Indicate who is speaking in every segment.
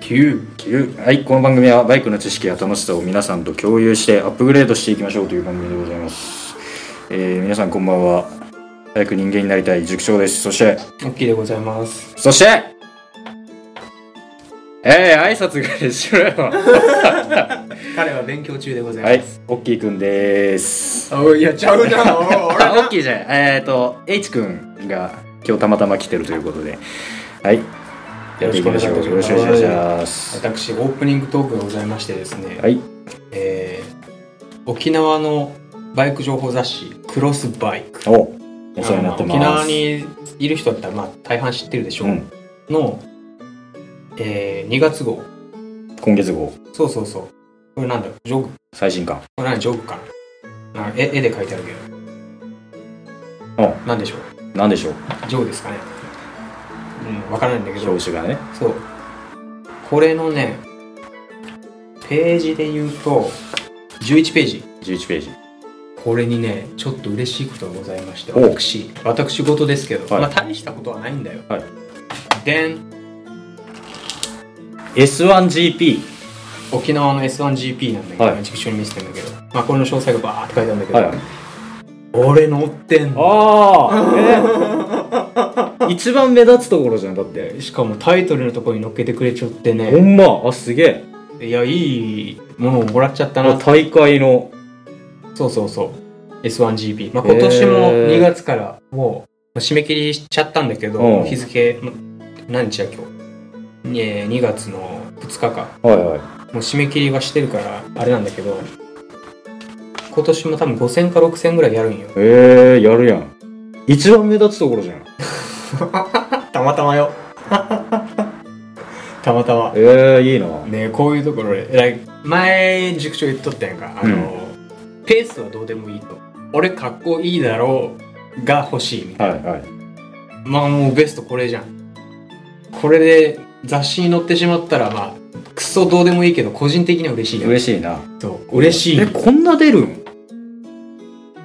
Speaker 1: 9はいこの番組はバイクの知識や楽しさを皆さんと共有してアップグレードしていきましょうという番組でございます、えー皆さんこんばんは早く人間になりたい塾長ですそして
Speaker 2: オッキーでございます。
Speaker 1: そしてえー、挨拶ぐらい しろよ
Speaker 2: 彼は勉強中でござ
Speaker 1: はいい
Speaker 2: ます。
Speaker 1: おっきーくんです
Speaker 2: はい。おいやちゃ うな。おい
Speaker 1: あおっきーじゃないえっ、ー、と H くんが今日たまたま来てるということではいやっていきましょうよ
Speaker 2: よ
Speaker 1: ろ
Speaker 2: ろ
Speaker 1: し
Speaker 2: し
Speaker 1: く
Speaker 2: く
Speaker 1: お
Speaker 2: お
Speaker 1: 願
Speaker 2: 願
Speaker 1: い
Speaker 2: い
Speaker 1: し
Speaker 2: し
Speaker 1: ま
Speaker 2: ます私オープニングトークがございましてですね。
Speaker 1: はい
Speaker 2: えー沖縄のバイク情報雑誌クロスバイク。
Speaker 1: おお世話になってます
Speaker 2: あの沖縄にいる人だったらまあ大半知ってるでしょ
Speaker 1: う
Speaker 2: う。
Speaker 1: ん、
Speaker 2: の、えー、2月号。
Speaker 1: 今月号
Speaker 2: そうそうそう。これなんだろうジョグ。こ
Speaker 1: 最新刊
Speaker 2: れ何ジョグかな。なんか絵絵で描いてあるけど。
Speaker 1: お
Speaker 2: なんでしょう。
Speaker 1: なんでしょう
Speaker 2: ジョーですかね。うん、わからないんだけど。
Speaker 1: 表紙がね
Speaker 2: そう。これのね、ページで言うと、11ページ。
Speaker 1: 11ページ
Speaker 2: これにね、ちょっと嬉しいことがございまして、
Speaker 1: お
Speaker 2: 私、私事ですけど、
Speaker 1: はい
Speaker 2: まあ大したことはないんだよ。
Speaker 1: はい
Speaker 2: でん、
Speaker 1: S1GP
Speaker 2: 沖縄の S1GP なんだけど、
Speaker 1: はい
Speaker 2: 畜生に見せてんだけど、まあこれの詳細がバーって書いてあるんだけど、
Speaker 1: はい
Speaker 2: 俺乗ってんの。
Speaker 1: ああ、えー 一番目立つところじゃんだって
Speaker 2: しかもタイトルのところに乗っけてくれちゃって
Speaker 1: ほ
Speaker 2: ね、
Speaker 1: んまあすげえ
Speaker 2: いや、いいものをもらっちゃった
Speaker 1: あ
Speaker 2: な
Speaker 1: の大会の
Speaker 2: そうそうそう。S1GP。まあ、今年も
Speaker 1: へー
Speaker 2: 2月からもう締め切りしちゃったんだけ
Speaker 1: う
Speaker 2: ど、
Speaker 1: ん
Speaker 2: 日付、ま何日だ今日。ね2月の2日か。
Speaker 1: はいはい
Speaker 2: もう締め切りはしてるから、あれなんだけど、今年も多分5000か6000ぐらいやるんよ。
Speaker 1: えー、やるやん一番目立つところじゃん
Speaker 2: たまたまよ。 たまたま。
Speaker 1: えー、いいな
Speaker 2: ねこういうところで、like 前、塾長言っとったやんか。あの、ペースはどうでもいいと。俺、かっこいいだろうが欲しいみたいな。
Speaker 1: はいはい
Speaker 2: まあもうベストこれじゃん。これで雑誌に載ってしまったらまあ、クソどうでもいいけど個人的には嬉しいやん。
Speaker 1: 嬉しいな
Speaker 2: そう嬉しい
Speaker 1: え。こんな出るん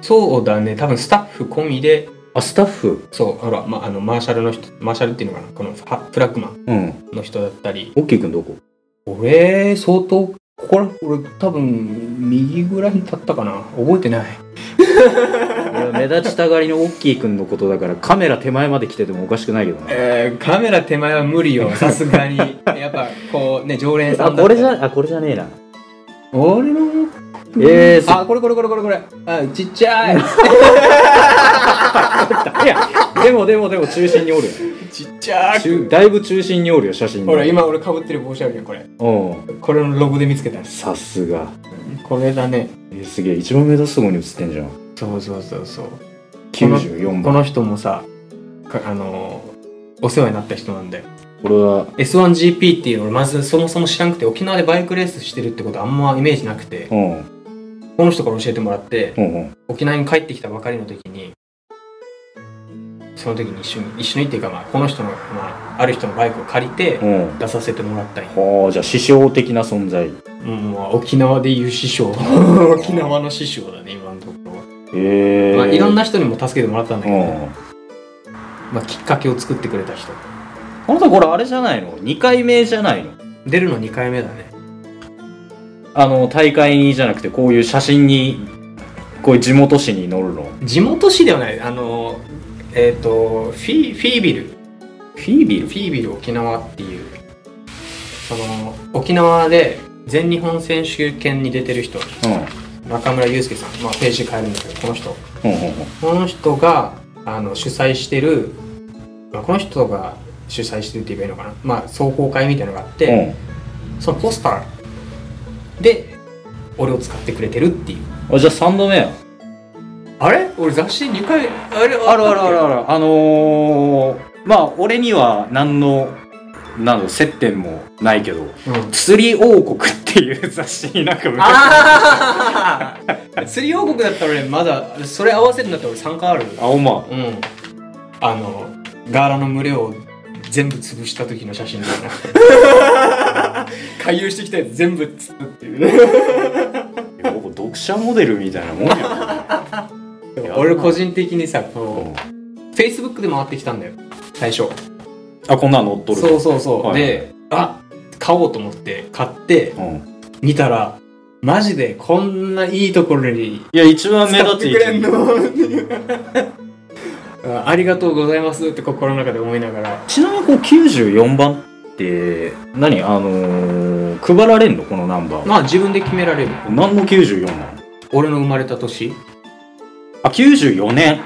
Speaker 2: そうだね。多分スタッフ込みで、
Speaker 1: あスタッフ
Speaker 2: そう、ほら、まあ、あの、マーシャルの人、マーシャルっていうのかなこのファフラッグマン
Speaker 1: うん
Speaker 2: の人だったり。
Speaker 1: オッキーくんどこ
Speaker 2: 俺、相当、ここら、俺多分、右ぐらいに立ったかな覚えてない。
Speaker 1: 目立ちたがりのオッキーくんのことだからカメラ手前まで来ててもおかしくないけどな
Speaker 2: えー、カメラ手前は無理 よ。さすがに。やっぱ、こうね、常連さ
Speaker 1: あ
Speaker 2: んだったり
Speaker 1: これじゃあこれじゃねえな
Speaker 2: 俺の
Speaker 1: えー、す
Speaker 2: あ、これこれこれこれこれ。あ、ちっちゃ い。
Speaker 1: いやでもでもでも中心におるよ
Speaker 2: ちっちゃく。
Speaker 1: 中だいぶ中心におるよ写真に
Speaker 2: ほら、今俺かぶってる帽子あるよ、これ。
Speaker 1: うん
Speaker 2: これのロゴで見つけたんです。
Speaker 1: さすが
Speaker 2: これだね。
Speaker 1: えーすげえ一番目立つとこに写ってんじゃん
Speaker 2: そうそうそうそう。の
Speaker 1: 94
Speaker 2: こ
Speaker 1: 番
Speaker 2: の人もさ、かあのーお世話になった人なんだよ。
Speaker 1: これは
Speaker 2: S1GP っていうの俺まずそもそも知らなくて、沖縄でバイクレースしてるってことあんまイメージなくて、
Speaker 1: うん
Speaker 2: この人から教えてもらって、
Speaker 1: うんうん
Speaker 2: 沖縄に帰ってきたばかりの時に、その時に一緒に、一緒にっていうかまあ、この人の、まあ、ある人のバイクを借りて、
Speaker 1: うん
Speaker 2: 出させてもらったんよ。
Speaker 1: はあじゃあ師匠的な存在
Speaker 2: うん、まあ沖縄でいう師匠沖縄の師匠だね今のところは、
Speaker 1: ええ
Speaker 2: まあ、いろん
Speaker 1: な
Speaker 2: な人にも助けてもらったんだ
Speaker 1: う
Speaker 2: けど、
Speaker 1: ん
Speaker 2: まあ、きっかけを作ってくれた人
Speaker 1: あなたこれあれじゃないの2回目じゃないの
Speaker 2: 出るの2回目だね
Speaker 1: あの大会にじゃなくてこういう写真にこういう地元紙に載るの
Speaker 2: 地元市ではないあのえっ、とフィフィービルフ
Speaker 1: フィービル
Speaker 2: ィービル沖縄っていうその沖縄で全日本選手権に出てる人
Speaker 1: うん
Speaker 2: 中村祐介さん、まあ、ページ変えるんだけどこの人
Speaker 1: うんうんうん
Speaker 2: この人があの主催してる、まあ、この人が主催してるって言えばいいのかな、まあ、壮行会みたいなのがあって、そのポスターで俺を使ってくれてるっていう
Speaker 1: うんあじゃあ3度目や
Speaker 2: あれ俺雑誌2回あれ
Speaker 1: あるあるあるあるあのー、まあ俺には何のなんだろう接点もないけど「釣り王国」っていう雑誌になんか昔
Speaker 2: ああ釣り王国だったら俺まだそれ合わせるんだったら俺3回ある
Speaker 1: あおま
Speaker 2: うんあのガーラの群れを全部潰した時の写真だよな 回遊してきたやつ全部つっていう
Speaker 1: 僕読者モデルみたいなもんや
Speaker 2: 俺個人的にさこ
Speaker 1: うん
Speaker 2: う Facebook で回ってきたんだよ最初
Speaker 1: あこんなん載っとる
Speaker 2: そうそうそう、
Speaker 1: はい
Speaker 2: であ買おうと思って買って
Speaker 1: うん、
Speaker 2: 見たらマジでこんないいところに
Speaker 1: いや一番目
Speaker 2: 使
Speaker 1: 立
Speaker 2: っ
Speaker 1: つ
Speaker 2: てくれんの あありがとうございますって心の中で思いながら
Speaker 1: ちなみにこう94番って何あのー配られんのこのナンバーは
Speaker 2: まあ自分で決められる
Speaker 1: 何の94なの
Speaker 2: 俺の生まれた年
Speaker 1: あ94年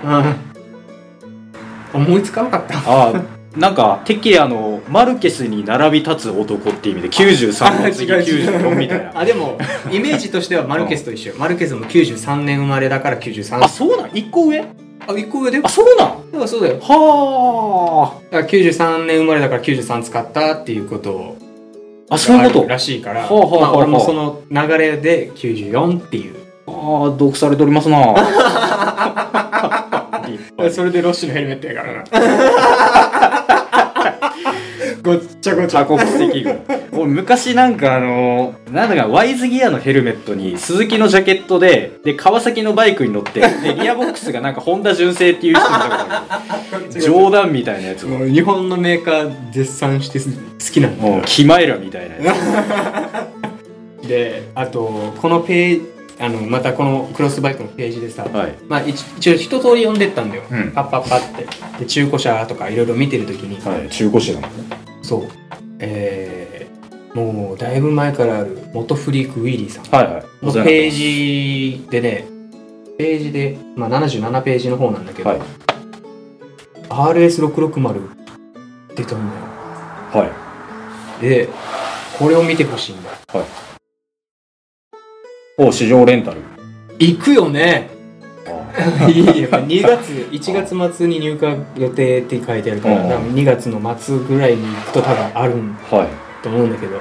Speaker 2: 思いつかなかった
Speaker 1: ああなんかテキヤのマルケスに並び立つ男って意味で93の次
Speaker 2: あ違う違う
Speaker 1: 94みたいな
Speaker 2: あでもイメージとしてはマルケスと一緒マルケスも93年生まれだから93
Speaker 1: あそうなん1個上
Speaker 2: あ一個上だよ
Speaker 1: あそうなん
Speaker 2: だからそうだよ
Speaker 1: は
Speaker 2: だから93年生まれだから93使ったっていうことを
Speaker 1: ああそういうこと
Speaker 2: らしいから、
Speaker 1: ほうほうほう
Speaker 2: ま
Speaker 1: ほ
Speaker 2: あ、
Speaker 1: う
Speaker 2: 俺もその流れで94っていう
Speaker 1: ああ、毒されておりますな。 立派
Speaker 2: それでロッシュのヘルメットやからな ごっちゃごちゃ
Speaker 1: 多国籍軍俺昔なんかあのなんだかワイズギアのヘルメットに鈴木のジャケットでで川崎のバイクに乗ってでギアボックスがなんか本田純正っていう人みたいな 冗談みたいなやつを
Speaker 2: もう日本のメーカー絶賛して好きなんだ
Speaker 1: もうキマイラみたいなや
Speaker 2: であとこのページあのまたこのクロスバイクのページでさ、
Speaker 1: つはい
Speaker 2: まあ、一一応一通り読んでったんだよ、
Speaker 1: うん
Speaker 2: パッパッパってで中古車とかいろいろ見てる時に、
Speaker 1: はい中古車なの
Speaker 2: そうえー、もうだいぶ前からある元フリークウィリーさん
Speaker 1: はいはい
Speaker 2: のページでねページで、まあ、77ページの方なんだけど、
Speaker 1: はい
Speaker 2: RS660 出たんだよ
Speaker 1: はい
Speaker 2: でこれを見てほしいんだよ
Speaker 1: お市場レンタル
Speaker 2: 行くよね
Speaker 1: あ
Speaker 2: いいよ2月1月末に入荷予定って書いてあるから
Speaker 1: うん
Speaker 2: 多分2月の末ぐらいに行くと多分あるん
Speaker 1: ーはい
Speaker 2: と思うんだけど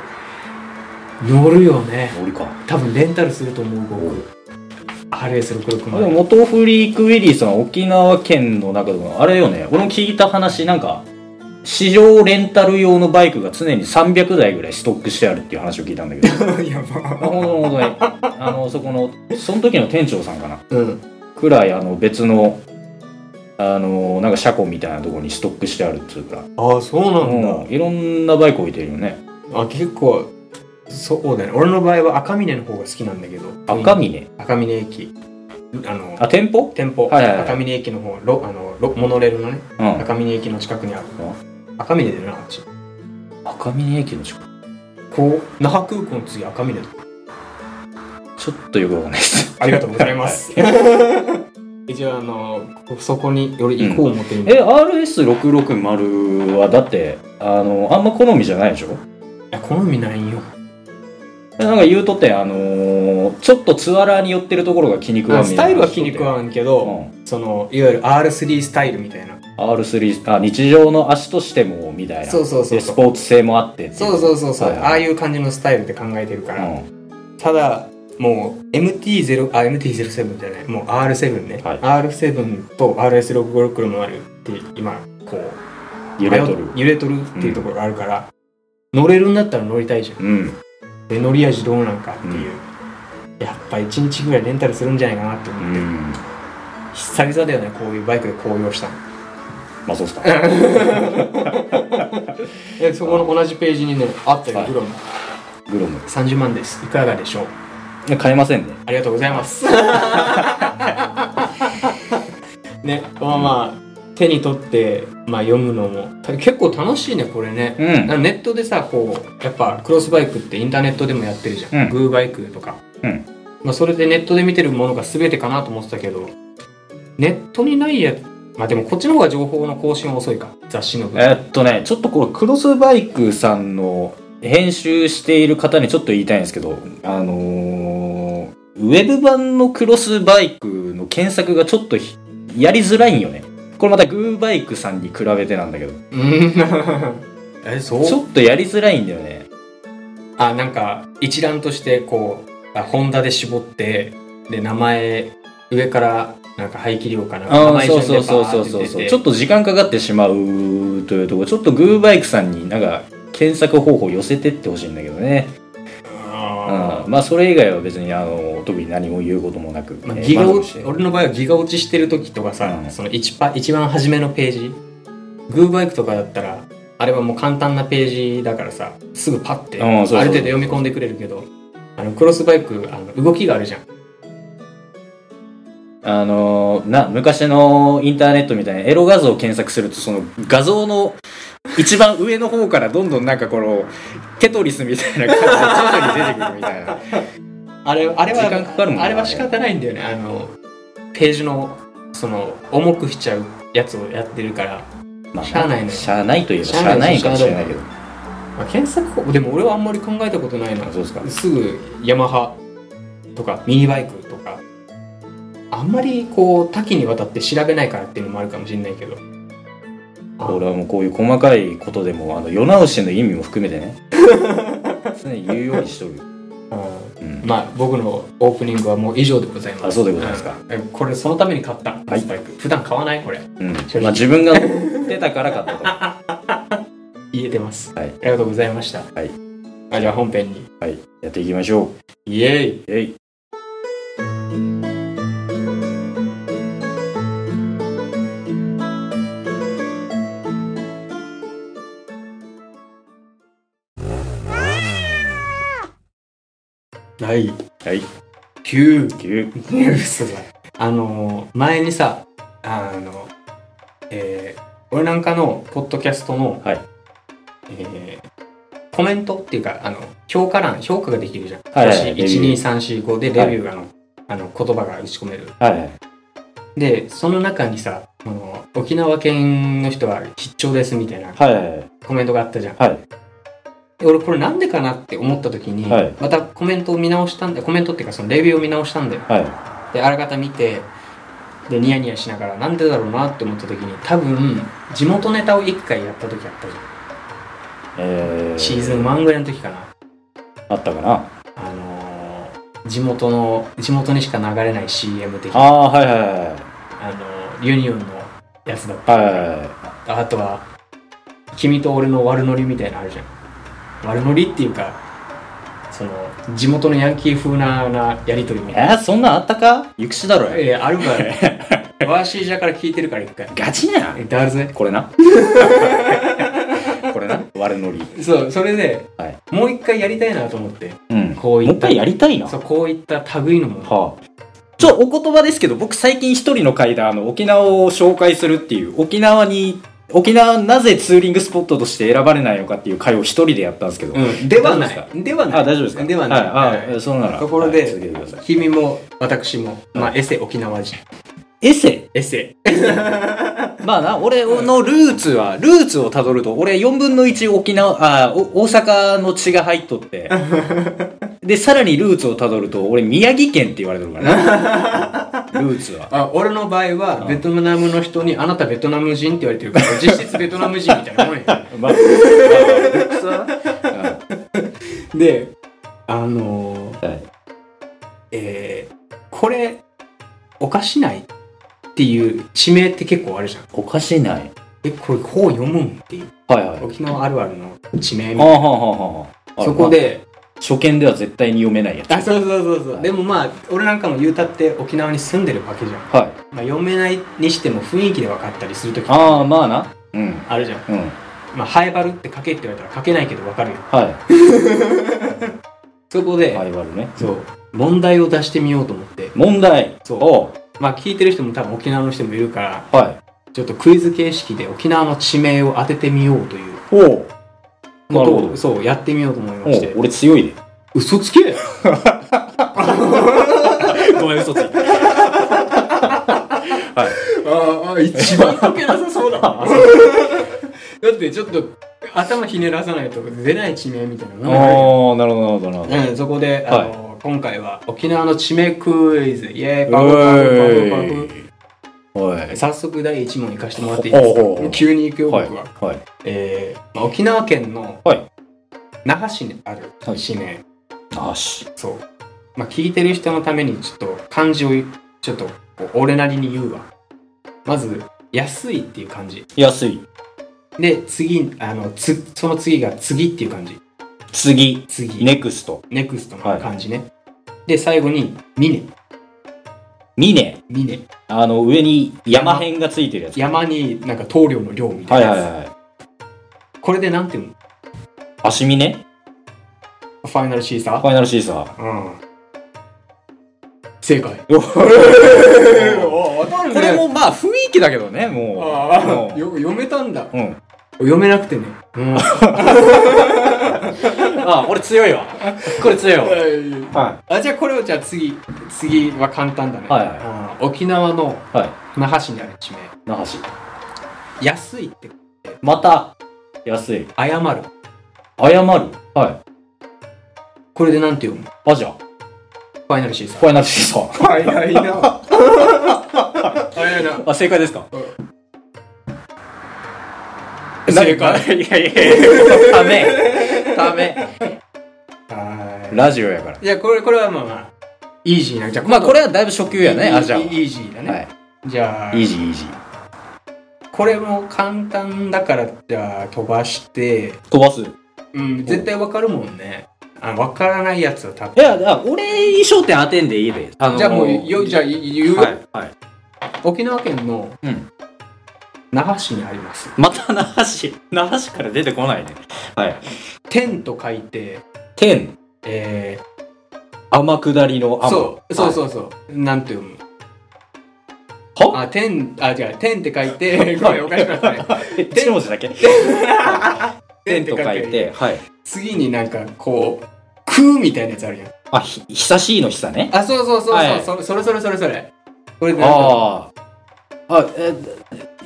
Speaker 2: 乗るよね
Speaker 1: 乗りか
Speaker 2: 多分レンタルすると思う僕 RS66
Speaker 1: で
Speaker 2: ま
Speaker 1: も
Speaker 2: で
Speaker 1: 元フリークウィリーさん沖縄県の中でもあれよね俺も聞いた話なんか市場レンタル用のバイクが常に300台ぐらいストックしてあるっていう話を聞いたんだけど
Speaker 2: や
Speaker 1: あ
Speaker 2: ば
Speaker 1: ほんとほんとねあのそこのその時の店長さんかな
Speaker 2: うん
Speaker 1: くらいあの別のあのなんか車庫みたいなところにストックしてあるっつうか、
Speaker 2: ああそうなんだ、
Speaker 1: うん、いろんなバイク置いてるよね
Speaker 2: あ結構そうだね俺の場合は赤峰の方が好きなんだけど
Speaker 1: 赤峰
Speaker 2: 赤峰駅あの
Speaker 1: あ店舗
Speaker 2: 店舗、
Speaker 1: はいはいはい
Speaker 2: 赤峰駅の方ロあのロモノレールのね
Speaker 1: うん
Speaker 2: 赤峰駅の近くにある赤峰でなあっち
Speaker 1: 赤峰駅の近く
Speaker 2: こう那覇空港の次赤峰だ
Speaker 1: ちょっとよくわかんないです
Speaker 2: ありがとうございます。一応あのそこにより行こう思ってるんで、
Speaker 1: え RS660 はだってあのあんま好みじゃないでしょ
Speaker 2: いや好みないんよ。
Speaker 1: なんか言うとってあのーちょっとツアラーに寄ってるところが気に食わん
Speaker 2: スタイルは気に食
Speaker 1: ん、
Speaker 2: わんけ
Speaker 1: う
Speaker 2: ど、
Speaker 1: ん、
Speaker 2: そのいわゆる R3 スタイルみたいな。
Speaker 1: R3 あ日常の足としてもみたいな
Speaker 2: そうそうそう
Speaker 1: で
Speaker 2: そ
Speaker 1: ス
Speaker 2: う。
Speaker 1: ポーツ性もあってってい
Speaker 2: そうそうそうそう、
Speaker 1: はいはい
Speaker 2: ああいう感じのスタイルで考えてるから。
Speaker 1: う
Speaker 2: ただもう MT0 あ MT07 じゃないもう R7 ね、
Speaker 1: はい、
Speaker 2: R7 と RS656 もあるって今こうん
Speaker 1: 揺れとる
Speaker 2: 迷っ揺れとるっていうところがあるから、乗れるんだったら乗りたいじゃん
Speaker 1: うん
Speaker 2: で乗り味どうなんかっていう、やっぱ1日ぐらいレンタルするんじゃないかなって
Speaker 1: う
Speaker 2: 思って、
Speaker 1: ん
Speaker 2: 久々だよねこういうバイクで紅葉したの
Speaker 1: まあそうっすか
Speaker 2: でそこの同じページにねあったよ
Speaker 1: はい
Speaker 2: グロム
Speaker 1: グロム
Speaker 2: 30万ですいかがでしょう
Speaker 1: 買えませんね
Speaker 2: ありがとうございます ねまあまあ手に取って、まあ、読むのもた結構楽しいねこれね、
Speaker 1: うん
Speaker 2: なんかネットでさこうやっぱクロスバイクってインターネットでもやってるじゃん、
Speaker 1: うん
Speaker 2: グーバイクとか、
Speaker 1: うん
Speaker 2: まあ、それでネットで見てるものが全てかなと思ってたけどネットにないやまあでもこっちの方が情報の更新は遅いか雑誌の分
Speaker 1: えっとねちょっとこれクロスバイクさんの編集している方にちょっと言いたいんですけどあのーウェブ版のクロスバイクの検索がちょっとひやりづらいんよねこれまたグーバイクさんに比べてなんだけど
Speaker 2: うん えそ
Speaker 1: ちょっとやりづらいんだよね
Speaker 2: あなんか一覧としてこうあホンダで絞ってで名前上からなんか排気量かなんか名
Speaker 1: ああ
Speaker 2: 前
Speaker 1: そう
Speaker 2: 順で
Speaker 1: そう
Speaker 2: バ
Speaker 1: そう
Speaker 2: ー
Speaker 1: そう
Speaker 2: って
Speaker 1: そうそう
Speaker 2: 出て
Speaker 1: ちょっと時間かかってしまうというところちょっとグーバイクさんになんか検索方法寄せてってほしいんだけどね、
Speaker 2: あ
Speaker 1: うん、まあそれ以外は別にあの特に何も言うこともなく、
Speaker 2: ーまあ
Speaker 1: えー
Speaker 2: ギガ
Speaker 1: 満
Speaker 2: 落
Speaker 1: 足して
Speaker 2: 俺の場合はギガ落ちしてる時とかさ、
Speaker 1: うん
Speaker 2: その一パ一番初めのページグーバイクとかだったらあれはもう簡単なページだからさすぐパッて
Speaker 1: うん
Speaker 2: ある
Speaker 1: そうそうそう
Speaker 2: 程度読み込んでくれるけどあのクロスバイクあの動きがあるじゃん
Speaker 1: あのーな、昔のインターネットみたいにエロ画像を検索すると、その画像の一番上の方からどんどんなんかこの、テトリスみたいな感じで徐々に出てくるみたいな。
Speaker 2: あれあれは
Speaker 1: 時間かかるもんね
Speaker 2: あれは仕方ないんだよねあのページのその重くしちゃうやつをやってるから、
Speaker 1: まあ、
Speaker 2: しゃあないね
Speaker 1: しゃあないといえばしゃあないかもしれないけど。
Speaker 2: まあ、検索法でも俺はあんまり考えたことないな
Speaker 1: そうですか。
Speaker 2: すぐヤマハとかミニバイクとかあんまりこう多岐にわたって調べないからっていうのもあるかもしれないけど
Speaker 1: 俺はもうこういう細かいことでも、あの、世直しの意味も含めてね。常に言うようにしとる。
Speaker 2: う
Speaker 1: うん
Speaker 2: んまあ僕のオープニングはもう以上でございます
Speaker 1: あそうでございますか
Speaker 2: うんこれそのために買った
Speaker 1: はい
Speaker 2: バイク普段買わないこれ
Speaker 1: うん。まあ自分が出たから買った
Speaker 2: 言えてます、
Speaker 1: はい
Speaker 2: ありがとうございました、
Speaker 1: はい
Speaker 2: あじゃあ本編に
Speaker 1: と。やっていきましょ
Speaker 2: イエーイ
Speaker 1: う。えい。
Speaker 2: は
Speaker 1: は
Speaker 2: い
Speaker 1: い。
Speaker 2: 9
Speaker 1: キュー
Speaker 2: ニュースだあのー前にさあのえー俺なんかのポッドキャストの、
Speaker 1: はい
Speaker 2: えーコメントっていうかあの評価欄評価ができるじゃん、
Speaker 1: はいはいレビュー
Speaker 2: 12345でレビューがの,、あの言葉が打ち込める
Speaker 1: はいはい。
Speaker 2: でその中にさあの沖縄県の人は必聴ですみたいな
Speaker 1: はいはい
Speaker 2: コメントがあったじゃん
Speaker 1: はい。
Speaker 2: で俺これなんでかなって思った時に、
Speaker 1: はい
Speaker 2: またコメントを見直したんだコメントっていうかそのレビューを見直したんだよ
Speaker 1: はい。
Speaker 2: であらかた見てでニヤニヤしながらなんでだろうなって思った時に多分地元ネタを1回やった時あったじゃん、
Speaker 1: えー、
Speaker 2: シーズン1ぐらいの時かな
Speaker 1: あったかな
Speaker 2: あのー地元の地元にしか流れない CM 的なあ、
Speaker 1: ああーはいはいはい
Speaker 2: のーユニオンのやつだった
Speaker 1: はいはいはい
Speaker 2: あとは君と俺の悪ノリみたいなのあるじゃん悪ノリっていうかその地元のヤンキー風ななやり取りみたい
Speaker 1: えー、そんなんあったか行くしだろ
Speaker 2: な
Speaker 1: よ
Speaker 2: えーある からワーシージャから聞いてるから一回
Speaker 1: ガチな
Speaker 2: えだるぜ
Speaker 1: これ なこれな我のり
Speaker 2: そう、それで、
Speaker 1: はい
Speaker 2: もう一回やりたいなと思って、
Speaker 1: うんも
Speaker 2: こう
Speaker 1: う
Speaker 2: いっ
Speaker 1: 一
Speaker 2: た、
Speaker 1: 回やりたいな
Speaker 2: そうこういった類のもの、
Speaker 1: はあちょお言葉ですけど僕最近一人の会であの沖縄を紹介するっていう沖縄に沖縄なぜツーリングスポットとして選ばれないのかっていう会を一人でやったんですけど、
Speaker 2: うん、ではな
Speaker 1: 大丈夫
Speaker 2: い。では
Speaker 1: あ
Speaker 2: ない。
Speaker 1: 大丈夫ですか
Speaker 2: ではない
Speaker 1: はい、あ、
Speaker 2: は
Speaker 1: そのなら
Speaker 2: ところ
Speaker 1: はい
Speaker 2: で
Speaker 1: 続けてください
Speaker 2: 君も私も、まあ、エセ沖縄人。
Speaker 1: エセ
Speaker 2: エセ。
Speaker 1: まあな、俺のルーツは、ルーツをたどると、俺4分の1沖縄、あお大阪の血が入っとって、で、さらにルーツをたどると、俺宮城県って言われてるからな、ルーツは。
Speaker 2: あ俺の場合は、ベトナムの人に、あなたベトナム人って言われて るから、実質ベトナム人みたいなもんや。
Speaker 1: まあ、ルーツは、
Speaker 2: で、あのー
Speaker 1: はい
Speaker 2: えーこれ、おかしないっていう地名って結構あるじゃん。
Speaker 1: おかしない。
Speaker 2: え、これこう読むんっていう。
Speaker 1: はいはい。
Speaker 2: 沖縄あるあるの地名みたい
Speaker 1: あ
Speaker 2: な
Speaker 1: あ。はあはあはあ。
Speaker 2: そこ、で、
Speaker 1: 初見では絶対に読めないやつ。
Speaker 2: あ、そうそうそうそう、
Speaker 1: はい
Speaker 2: でもまあ俺なんかも言うたって沖縄に住んでるわけじゃん、
Speaker 1: はい。
Speaker 2: まあ、読めないにしても雰囲気で分かったりする時
Speaker 1: ああ、まあな。うん。
Speaker 2: あるじゃん
Speaker 1: うん。
Speaker 2: まあ「ハエバル」って書けって言われたら書けないけど分かるよ
Speaker 1: はい。
Speaker 2: そこで、
Speaker 1: はい、割るね。
Speaker 2: そう問題を出してみようと思って
Speaker 1: 問題。
Speaker 2: そう
Speaker 1: おう
Speaker 2: まあ聞いてる人も多分沖縄の人もいるから
Speaker 1: はい。
Speaker 2: ちょっとクイズ形式で沖縄の地名を当ててみようという
Speaker 1: おう
Speaker 2: こ
Speaker 1: なるほ
Speaker 2: とを
Speaker 1: ど
Speaker 2: そうやってみようと思い
Speaker 1: お
Speaker 2: まし
Speaker 1: う
Speaker 2: て
Speaker 1: 俺強いで。
Speaker 2: 嘘つけ
Speaker 1: ごめん、嘘ついた。はい。
Speaker 2: ああ一番解けなさそう だだってちょっと頭ひねらさないと出ない地名みたいなのがあるよ
Speaker 1: ああ、なるほど、なるほど、なる
Speaker 2: うん、そこで、
Speaker 1: はい
Speaker 2: あの今回は沖縄の地名クイズイエー
Speaker 1: ほ
Speaker 2: イ
Speaker 1: ど。
Speaker 2: パブパブパブパ
Speaker 1: おい。は
Speaker 2: ブ
Speaker 1: い。
Speaker 2: 早速第1問いかしてもらっていいです
Speaker 1: ほうほうほ
Speaker 2: か
Speaker 1: う
Speaker 2: 急に行くよ
Speaker 1: はい
Speaker 2: 僕は、。
Speaker 1: はい。
Speaker 2: えーまあ沖縄県の
Speaker 1: はい
Speaker 2: 那覇市にある地名、
Speaker 1: なし。
Speaker 2: そう、まあ、聞いてる人のためにちょっと漢字をちょっとこう俺なりに言うわまず「安い」っていう漢字
Speaker 1: 安い。
Speaker 2: で次あのつその次が「次」っていう漢字
Speaker 1: 次。
Speaker 2: 次、
Speaker 1: ネクスト。
Speaker 2: ネクストの漢字ね、で最後に「峰」
Speaker 1: ミネ。
Speaker 2: 「峰」
Speaker 1: あの、上に山辺がついてるやつ。
Speaker 2: 山になんか棟梁の梁みた
Speaker 1: はいい
Speaker 2: なや
Speaker 1: は
Speaker 2: つ、
Speaker 1: いはい。
Speaker 2: ここれでなんていうの
Speaker 1: 足見ね
Speaker 2: ファイナルシー
Speaker 1: フ
Speaker 2: サ
Speaker 1: ァイナルシーサ
Speaker 2: ーうん正解
Speaker 1: ー。 よ
Speaker 2: お当たるね
Speaker 1: これもまあ雰囲気だけどね、も
Speaker 2: ああ
Speaker 1: も
Speaker 2: よ
Speaker 1: う
Speaker 2: 読めたんだ
Speaker 1: う。うん。
Speaker 2: 読めなくてねうん
Speaker 1: あ、俺強いわ。これ強いわ。はい。は
Speaker 2: あじゃあこれをじゃあ次次は簡単だね、
Speaker 1: はい
Speaker 2: うん沖縄の
Speaker 1: はい
Speaker 2: 那覇市にある地名
Speaker 1: い。那覇市。
Speaker 2: 安いって
Speaker 1: また、安い。
Speaker 2: 謝る
Speaker 1: 謝る。は
Speaker 2: これでなんて読むフ
Speaker 1: い。アジア。フ
Speaker 2: ァイナルシーサー
Speaker 1: ァイナルシーサー。
Speaker 2: 早いな早いな
Speaker 1: あ、正解ですか
Speaker 2: 正解。
Speaker 1: いやいやいや。ため。ため。
Speaker 2: は
Speaker 1: ラジオやから。
Speaker 2: いじゃあこれこれはまあまあイージーなじゃ
Speaker 1: まあこれはだいぶ初級
Speaker 2: い
Speaker 1: やね、アジアは。
Speaker 2: イージーだね、
Speaker 1: は
Speaker 2: じゃあ
Speaker 1: い。イージーイージー。
Speaker 2: これも簡単だからじゃあ飛ばして
Speaker 1: 飛ばす。い
Speaker 2: うん絶対わかるもんねあわからないやつは多分
Speaker 1: や、あ俺に焦点当てんでいいで。あのー
Speaker 2: じゃあもうよじゃあ言うよ、
Speaker 1: はい。はい。
Speaker 2: 沖縄県の
Speaker 1: うん
Speaker 2: 那覇市にあります
Speaker 1: また那覇市。那覇市から出てこないね。はい。
Speaker 2: 天と書いて
Speaker 1: 天。
Speaker 2: えー
Speaker 1: 天下りの天。
Speaker 2: そうそうそうそうなんて読む
Speaker 1: は
Speaker 2: あ天あ違う天って書いて ごめんおかしくなったね
Speaker 1: え、一文字だけ 天と書いて、はい。
Speaker 2: 次になんかこう「空」みたいなやつあるやん
Speaker 1: あ、ひ、久しいの久ね。
Speaker 2: あそうそうそうそう、
Speaker 1: はい
Speaker 2: それそれそれそれそれこれでなんか
Speaker 1: ああ。あ、え、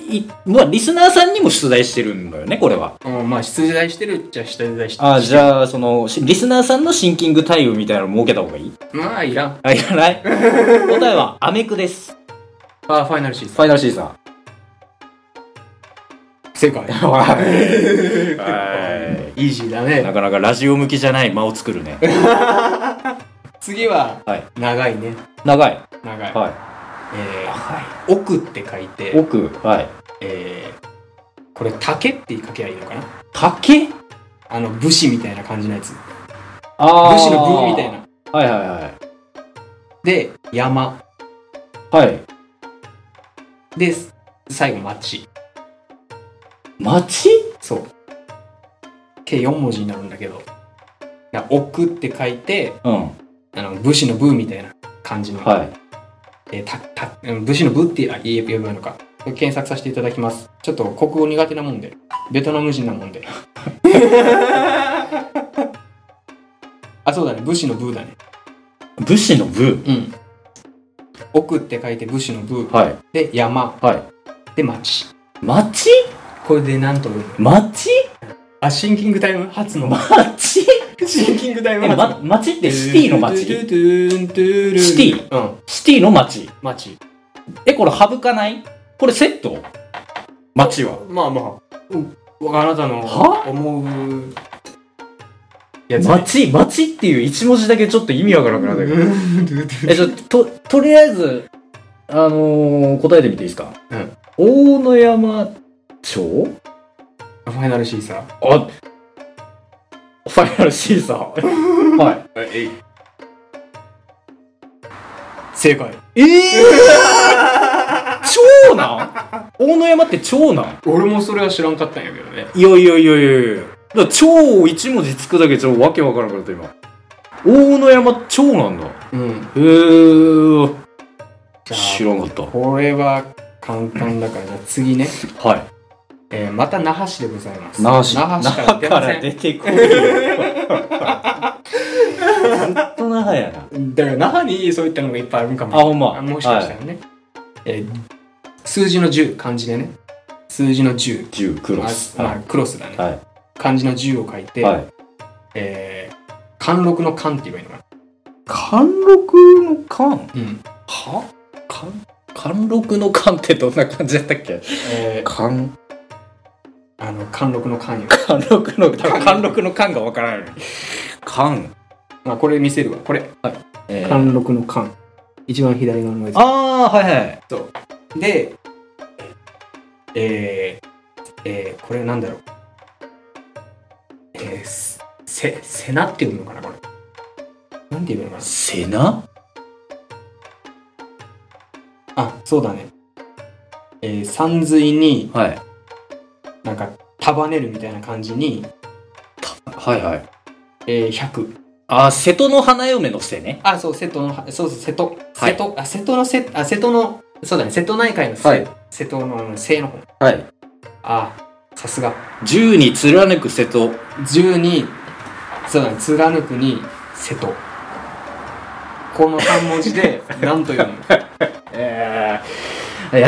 Speaker 1: い、まあ、リスナーさんにも出題してるんだよね、これは。
Speaker 2: うん、まあ出題してるっちゃ出題してる
Speaker 1: あじゃあ、その、しリスナーさんのシンキングタイムみたいなの設けた方がいい
Speaker 2: まあいらん
Speaker 1: あ、いら ない。答えは、アメクです。
Speaker 2: あファイナルシーズ
Speaker 1: ファイナルシーさ
Speaker 2: ン 正解
Speaker 1: ん。
Speaker 2: はい イージーだ
Speaker 1: な
Speaker 2: ね
Speaker 1: かなかラジオ向きじゃない間を作るね。
Speaker 2: 次は、
Speaker 1: はい
Speaker 2: 長いね
Speaker 1: 長い。
Speaker 2: 長い、
Speaker 1: は
Speaker 2: え
Speaker 1: い。
Speaker 2: ー
Speaker 1: は
Speaker 2: 奥って書いて
Speaker 1: 奥、はい。
Speaker 2: えーこれ竹って書けばいいのかな
Speaker 1: 竹
Speaker 2: あの武士みたいな感じのやつ武
Speaker 1: あー
Speaker 2: 士の武みたい。な
Speaker 1: はいはいはい。
Speaker 2: で山
Speaker 1: はい。
Speaker 2: で最後町
Speaker 1: 町
Speaker 2: そう計4文字になるんだけどな奥って書いて
Speaker 1: うん。
Speaker 2: あの武士の武みたいな感じの、
Speaker 1: はい。
Speaker 2: えーたたうん武士の武ってあ言え言えばいいのか検索させていただきますちょっと国語苦手なもんでベトナム人なもん であそうだね武士の武だね
Speaker 1: 武士の部。
Speaker 2: うん。奥って書いて武士の部
Speaker 1: はい。
Speaker 2: で山
Speaker 1: はい。
Speaker 2: で町。
Speaker 1: 町
Speaker 2: これでなんと読む
Speaker 1: 町
Speaker 2: あ、シンキングタイム初の。
Speaker 1: 町
Speaker 2: シンキングタイム
Speaker 1: え、
Speaker 2: 初
Speaker 1: ま、町ってシティの町
Speaker 2: トゥルントゥルン
Speaker 1: シテ
Speaker 2: うん、
Speaker 1: シティの町。
Speaker 2: 町。
Speaker 1: え、これ省かないこれセット町は。
Speaker 2: まあまあ、うん、あなたの
Speaker 1: は
Speaker 2: 思うやつね。
Speaker 1: 町、町っていう一文字だけちょっと意味わからなくなったけど。え、ちょっと、と、とりあえず、あのー、答えてみていいですか
Speaker 2: うん。
Speaker 1: 大野山町
Speaker 2: ファイナルシーサー。
Speaker 1: あ、ファイナルシーサー。 はい。
Speaker 2: 正解。
Speaker 1: え え長男大野山って長男
Speaker 2: 俺もそれは知らんかったんやけどね。
Speaker 1: いやいやいやいやいやだから長を一文字つくだけじゃわけわからなかった今大野山長なんだへ
Speaker 2: うん。
Speaker 1: えー、
Speaker 2: じゃ
Speaker 1: 知らなかっ
Speaker 2: あ、これは簡単だから、じゃあ次ね。
Speaker 1: たはい
Speaker 2: えー、また那覇市でございます。
Speaker 1: 那覇市
Speaker 2: 那覇市から出
Speaker 1: か
Speaker 2: ませ
Speaker 1: ら
Speaker 2: ん。
Speaker 1: 出てこいよずっと那覇やな
Speaker 2: だから那覇にそういったのがいっぱいあるかも
Speaker 1: あほんま
Speaker 2: あもしかしたらね、えー数字の10漢字でね数字の10
Speaker 1: 10クロ
Speaker 2: ま
Speaker 1: ス
Speaker 2: あまあ
Speaker 1: は
Speaker 2: クロスだね、
Speaker 1: はい
Speaker 2: 漢字の10を書い
Speaker 1: い
Speaker 2: て、
Speaker 1: はい
Speaker 2: えー貫禄の貫って言えばいいのか
Speaker 1: 貫禄の貫
Speaker 2: な、うん
Speaker 1: は貫貫禄の貫ってどんな感じだったっけ
Speaker 2: えー
Speaker 1: 貫
Speaker 2: あの貫禄の貫よ、
Speaker 1: 貫禄の、多分貫禄の貫がわからない。貫。
Speaker 2: まあ、これ見せるわこれ
Speaker 1: えー、
Speaker 2: 貫禄の貫一番左側のや
Speaker 1: ああー、はいはい。
Speaker 2: つでえーえーこれなんだろうえーすせせなって読むのかなこれなんて言うのかな
Speaker 1: 瀬名
Speaker 2: あそうだねえー、山水に
Speaker 1: はい。
Speaker 2: なんか束ねるみたいな感じに、
Speaker 1: はいはい。
Speaker 2: えー100。
Speaker 1: あ、瀬戸の花嫁の瀬ね。
Speaker 2: あ、そう、瀬戸の、そうそう、瀬戸。
Speaker 1: はい
Speaker 2: 瀬戸、あ、瀬戸の瀬、あ、瀬戸の、そうだね、瀬戸内海の瀬、
Speaker 1: はい
Speaker 2: 瀬戸の、うん瀬の方。
Speaker 1: はい。
Speaker 2: あー、さすが。
Speaker 1: 十に貫く瀬戸。
Speaker 2: 十に、そうだね、貫くに、瀬戸。この3文字 で、なんというの
Speaker 1: えー、え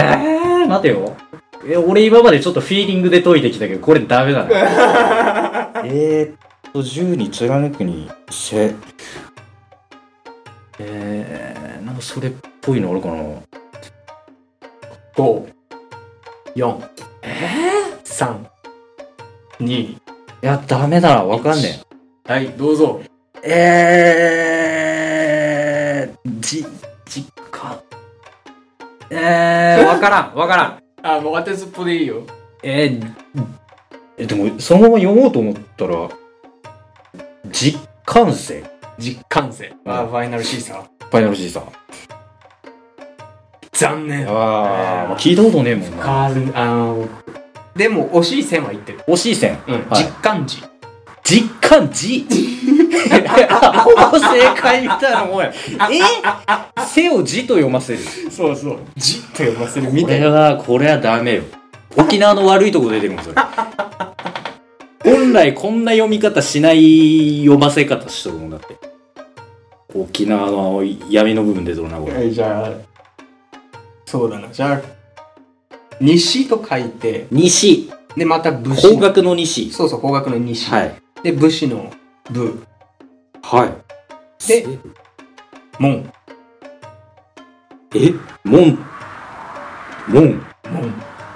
Speaker 1: ー、待てよ。え、俺今までちょっとフィーリングで解いてきたけど、これダメだね。えーっと、十に貫くにせ。えー、なんかそれっぽいのあるかな。
Speaker 2: 5、4、3、2、
Speaker 1: いや、ダメだな。わかんね
Speaker 2: はい、どうぞ。
Speaker 1: え。えー、じ、実家。えー、わからん、わからん。
Speaker 2: あ、もう当てずっぽでいいよ。
Speaker 1: えーえ、でも、そのまま読もうと思ったら、実感性
Speaker 2: 実感性。あ、
Speaker 1: うん
Speaker 2: ファイナルシーサー。
Speaker 1: ファイナルシーサー。
Speaker 2: 残念。あ
Speaker 1: あー、まあ、聞いたことねえもんな。
Speaker 2: ーあの、でも惜しい線は言ってる。
Speaker 1: 惜しい線。
Speaker 2: うん、
Speaker 1: はい
Speaker 2: 実感時。
Speaker 1: 実感じ。ほぼ正解みたいなもんや。え背を字と読ませる。
Speaker 2: そうそう。じと呼ばせるみ
Speaker 1: こ
Speaker 2: たい
Speaker 1: れ
Speaker 2: な。
Speaker 1: は、これはダメよ。沖縄の悪いとこ出てるもん、それ。本来こんな読み方しない読ませ方しとるもんだって。沖縄の闇の部分出てるな、これ。
Speaker 2: はい、じゃあ、そうだな。じゃあ、西と書いて、
Speaker 1: 西。
Speaker 2: で、また武士
Speaker 1: 方
Speaker 2: の。
Speaker 1: 角の西。
Speaker 2: そうそう、方角の西。
Speaker 1: はい。
Speaker 2: で、武士の武、
Speaker 1: はい。
Speaker 2: で、門。
Speaker 1: え門。門。
Speaker 2: 門。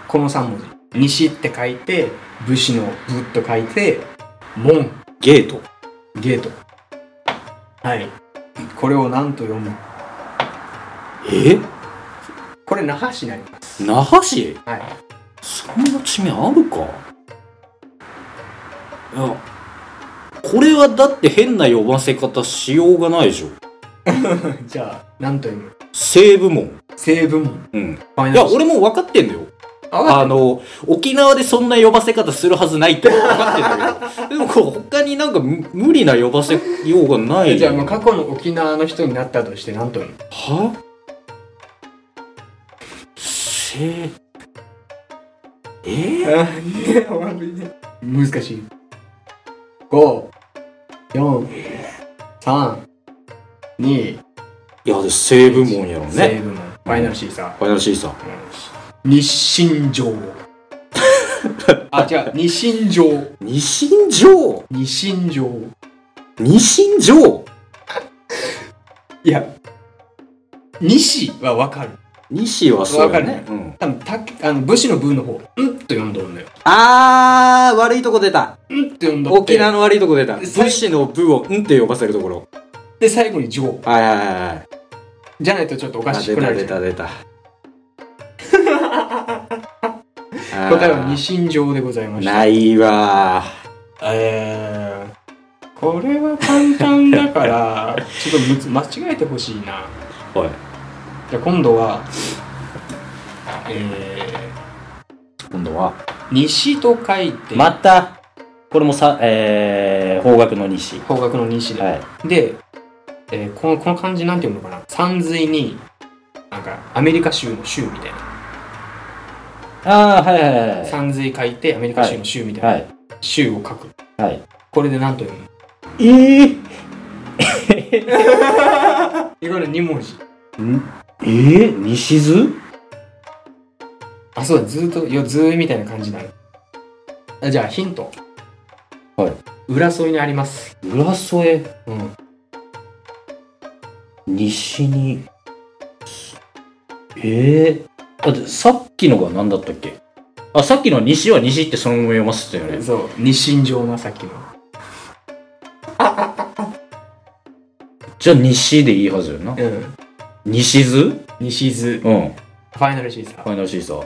Speaker 2: この3文字。西って書いて、武士の武と書いて、門。
Speaker 1: ゲート。
Speaker 2: ゲート。はい。これを何と読む
Speaker 1: え
Speaker 2: これ、那覇市になります。
Speaker 1: 那覇市
Speaker 2: はい。
Speaker 1: そんな地名あるかいや、これはだって変な呼ばせ方しようがないでしょ。
Speaker 2: じゃあ、何と読む
Speaker 1: 西部門。
Speaker 2: 西部門。
Speaker 1: うん。
Speaker 2: ファイ
Speaker 1: いや、俺も分かってんだよ。あ
Speaker 2: あ、
Speaker 1: の、沖縄でそんな呼ばせ方するはずないって分かってんだけど。でもこう、他になんか無無理な呼ばせようがない。
Speaker 2: じゃあ、もう過去の沖縄の人になったとして何と読む
Speaker 1: はせえ
Speaker 2: 難しい。5、4、3、2、
Speaker 1: いや、でも西部門やろう
Speaker 2: 西
Speaker 1: ね。
Speaker 2: 部門。ファイナルシーサ
Speaker 1: ファイナルシーサー。
Speaker 2: ー。日 清城。あ、違う。日清城。
Speaker 1: 二神城
Speaker 2: 日清城。
Speaker 1: 二神城
Speaker 2: いや、西はわかる。
Speaker 1: 西はそうや
Speaker 2: わか
Speaker 1: ね
Speaker 2: る。
Speaker 1: うん、
Speaker 2: 多分たあの武士の文の方、んと読んどるんだよ。
Speaker 1: あー、悪いとこ出た。
Speaker 2: んって読んどって。
Speaker 1: 沖縄の悪いとこ出た。武
Speaker 2: 最
Speaker 1: 士の部をうんって呼ばせるところ。
Speaker 2: で、最後に城。
Speaker 1: はいはいはいはい。
Speaker 2: じゃないとちょっとおか
Speaker 1: あ
Speaker 2: し
Speaker 1: 出
Speaker 2: くな
Speaker 1: た
Speaker 2: る
Speaker 1: 出
Speaker 2: じゃん。
Speaker 1: た出 た。あー
Speaker 2: 答えは西新城でございました。
Speaker 1: ないわ
Speaker 2: えーこれは簡単だから、 ちょっとむつ間違えてほしいな。
Speaker 1: ー。おい。
Speaker 2: じゃあ今度は、えー、
Speaker 1: 今度は。
Speaker 2: 西と書いて、
Speaker 1: また、これもさ、えー、方角の西。
Speaker 2: 方角の西で。
Speaker 1: はい。
Speaker 2: で、えーこのこの漢字なんて読むのかな山水になんかアメリカ州の州みたいな
Speaker 1: ああ、はいはいはいはい。
Speaker 2: 山水書いてアメリカ州の州みたいな、
Speaker 1: はい。
Speaker 2: 州を書く
Speaker 1: はい。
Speaker 2: これで何と読む
Speaker 1: えー、
Speaker 2: のこれ2文字
Speaker 1: えー、西図
Speaker 2: あそうだずーっとよずーみたいな感じになるあじゃあヒント
Speaker 1: はい
Speaker 2: 裏添いにあります
Speaker 1: 浦添、
Speaker 2: うん
Speaker 1: 西に。えー、だってさっきのが何だったっけあ、さっきの西は西ってそのまま読ませてたよね。
Speaker 2: そう日清城のさっきの
Speaker 1: じゃあ西でいいはずよな。
Speaker 2: うん
Speaker 1: 西図
Speaker 2: 西津
Speaker 1: うん。
Speaker 2: ファイナルシーサ
Speaker 1: フ
Speaker 2: ー
Speaker 1: ァイナルシーサー。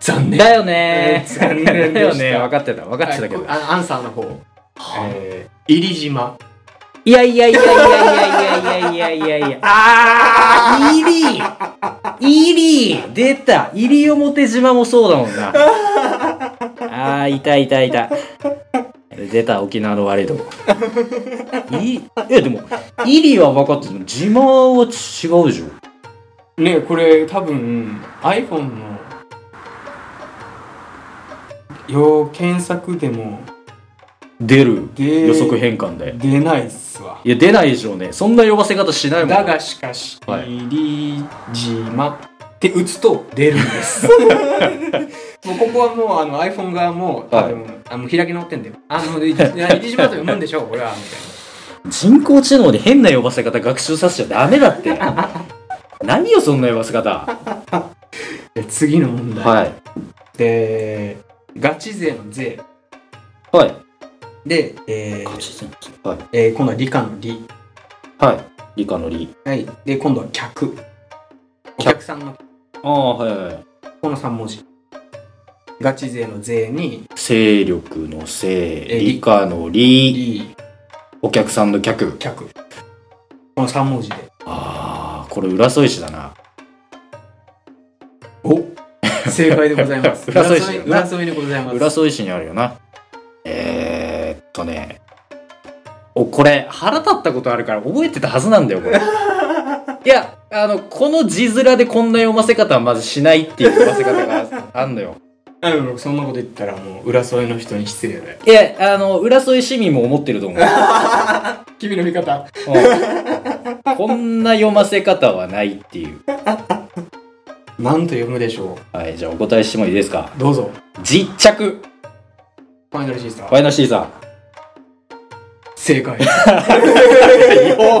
Speaker 2: 残念
Speaker 1: だよねー。
Speaker 2: 残念
Speaker 1: だ
Speaker 2: で
Speaker 1: よ
Speaker 2: した
Speaker 1: ねー。分かってた。分かってたけど
Speaker 2: はい。あアンサーの方、えー、入島
Speaker 1: いやいやいやいやいやいやいやいやいやいや。あー、入り入り出た入り表島もそうだもんな。あーいたいたいた出た沖縄の悪いとこいいいやでもイリは分かってても自慢は違うじゃん
Speaker 2: ねこれ多分 iPhone の要検索でも
Speaker 1: 出る
Speaker 2: 出
Speaker 1: 予測変換で
Speaker 2: 出ないっすわ
Speaker 1: いや出ないでしょうねそんな呼ばせ方しないもん
Speaker 2: だがしかし、
Speaker 1: はい
Speaker 2: 霧島って打つと出るんです もうここはもうあの iPhone 側も多分、あの開き直ってんだよあのいや霧島と読むんでしょうこれはみたいな
Speaker 1: 人工知能で変な呼ばせ方学習させちゃダメだって何よそんな呼ばせ方
Speaker 2: で次の問題、
Speaker 1: はい
Speaker 2: でガチ勢の税
Speaker 1: はい
Speaker 2: で、えー
Speaker 1: はい
Speaker 2: えー今度は理科の理
Speaker 1: はい理科の理
Speaker 2: はいで今度は客お客さんの
Speaker 1: ああはいはいはい
Speaker 2: この3文字ガチ勢の税に
Speaker 1: 勢力の勢
Speaker 2: え
Speaker 1: 理科の理
Speaker 2: 理
Speaker 1: お客さんの客
Speaker 2: 客この3文字で
Speaker 1: ああこれ浦添市だな
Speaker 2: お正解でございま す。
Speaker 1: 浦添市だな
Speaker 2: 浦添でございます。
Speaker 1: 浦添市にあるよなえー、っとねおこれ腹立ったことあるから覚えてたはずなんだ よこれいやあのこの字面でこんな読ませ方はまずしないっていう読ませ方があんのよ
Speaker 2: あのそんなこと言ったらもう浦添の人に失礼だよ。
Speaker 1: いやあの浦添市民も思ってると 思う、
Speaker 2: 君の味方。
Speaker 1: うんこんな読ませ方はないっていう
Speaker 2: なんと読むでしょ
Speaker 1: はいじゃあお答えしてもいいですか
Speaker 2: う。どうぞ。
Speaker 1: 実着
Speaker 2: ファイナルシーサー。
Speaker 1: ファイナルシーザ
Speaker 2: 正解。
Speaker 1: ー読ま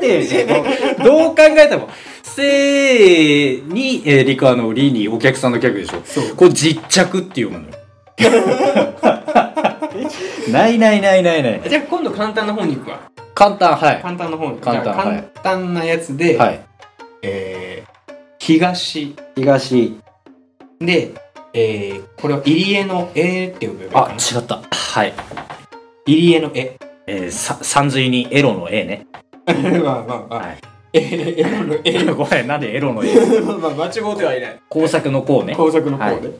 Speaker 1: ねえじゃんどう考えても「せーに」えーリカの「り」にお客さんの客でしょ
Speaker 2: そう。
Speaker 1: これ実着っていうものよ ないないないないない
Speaker 2: じゃあ今度簡単な方に行くわ。
Speaker 1: 簡単は
Speaker 2: 簡単な方に。
Speaker 1: 簡単
Speaker 2: じゃあ
Speaker 1: はい
Speaker 2: 簡単なやつ
Speaker 1: い
Speaker 2: で、
Speaker 1: はい
Speaker 2: えー東
Speaker 1: 東
Speaker 2: で、えーこれは入江の絵って呼ぶばいい
Speaker 1: あ
Speaker 2: かな。
Speaker 1: 違ったはい
Speaker 2: 入江の絵。
Speaker 1: えー、さ三髄にエロの A ね
Speaker 2: まあまあま
Speaker 1: は
Speaker 2: あ
Speaker 1: い。
Speaker 2: えー絵の絵。
Speaker 1: ごめんなんでエロの A
Speaker 2: まあ間違うてはいない。
Speaker 1: 工作のこうね
Speaker 2: 工作の方で、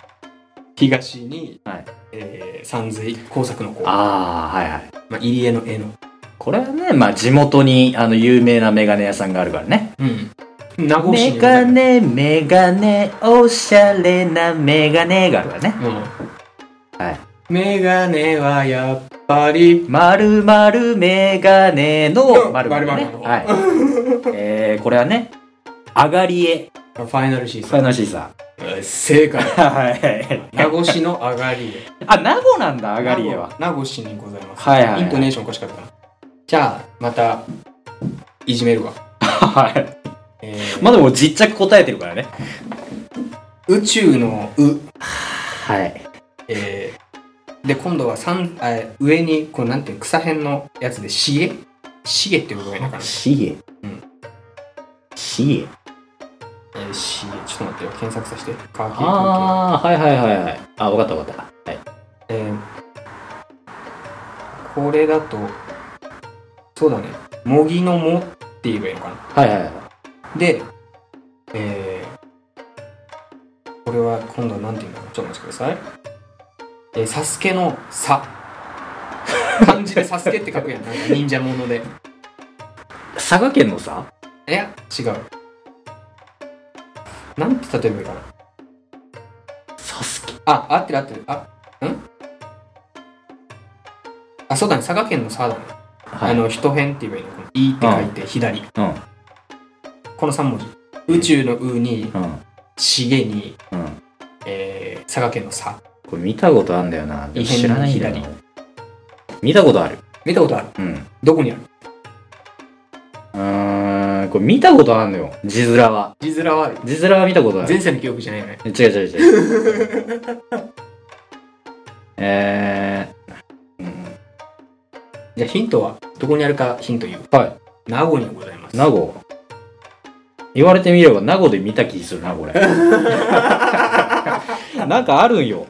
Speaker 2: 東に、
Speaker 1: はい
Speaker 2: えー山水工作の方ま
Speaker 1: ああはいはい
Speaker 2: あ、入江の絵の、
Speaker 1: これはねまあ地元にあの有名なメガネ屋さんがあるからね
Speaker 2: うん、名護市
Speaker 1: メ
Speaker 2: にござ
Speaker 1: ガ
Speaker 2: います
Speaker 1: ネメガネおしゃれなメガネがあるからね
Speaker 2: うん
Speaker 1: はい
Speaker 2: メガネはやっぱり
Speaker 1: まるまるメガネのまるまるね
Speaker 2: 丸々。の
Speaker 1: はい。 えー、これはね、上がりへ、
Speaker 2: ファイナルシー
Speaker 1: ファイナルシーザ
Speaker 2: ズン正解
Speaker 1: ー。はい。
Speaker 2: 名護市の上がり絵
Speaker 1: あ、名護なんだ、上がりへは。
Speaker 2: 名護市にございます、
Speaker 1: はいはいはい
Speaker 2: イントネーションおかしかったなじゃあまたいじめるわ、
Speaker 1: はい。
Speaker 2: えー
Speaker 1: まあでも実着答えてるからね。
Speaker 2: 宇宙の「う」
Speaker 1: はい。
Speaker 2: えーで今度は三あ上にこうなんていう草辺のやつで「しげ」「しげ」ってことがいいのかな
Speaker 1: しえ
Speaker 2: うん。
Speaker 1: しえ。
Speaker 2: えー、しちょっと待ってよ検索させてカーキー
Speaker 1: ああ、はいはいはいはい。あ、わかったわかった。はい。
Speaker 2: えーこれだとそうだね「もぎのも」って言えばいいのかな
Speaker 1: はいはいはい。
Speaker 2: でえーこれは今度はなんていうんだろうちょっとお待ちくださいえー、サスケの「さ」漢字で「サスケって書くやんなんか忍者もので
Speaker 1: 佐賀県のさ、
Speaker 2: いや、違う。なんて例えばいいかな。
Speaker 1: サスケ。
Speaker 2: あ、合ってる合ってる。あ、んあ、そうだね。佐賀県の佐だね。
Speaker 1: は
Speaker 2: あ
Speaker 1: い。
Speaker 2: の、人編って言えばいいの。このいって書いて、左。
Speaker 1: うん。
Speaker 2: この3文字。宇宙のうに、
Speaker 1: うん。
Speaker 2: しげに、
Speaker 1: うん。
Speaker 2: えー、佐賀県の佐。
Speaker 1: これ見たことあんだよな。でも
Speaker 2: 異変
Speaker 1: 知
Speaker 2: の
Speaker 1: らないんだよな
Speaker 2: 左。
Speaker 1: 見たことある。
Speaker 2: 見たことある。
Speaker 1: うん。
Speaker 2: どこにある
Speaker 1: うーん、これ見たことあんのよ。字面は。
Speaker 2: 字面は、
Speaker 1: 字面は見たことある。
Speaker 2: 前世の記憶じゃないよね。
Speaker 1: 違う違う違う。 え
Speaker 2: じゃあヒントは、どこにあるかヒント言う。
Speaker 1: ー、は
Speaker 2: 名護にございます。
Speaker 1: い。名護。言われてみれば名護で見た気するな、こ れ。なんかあるんよ。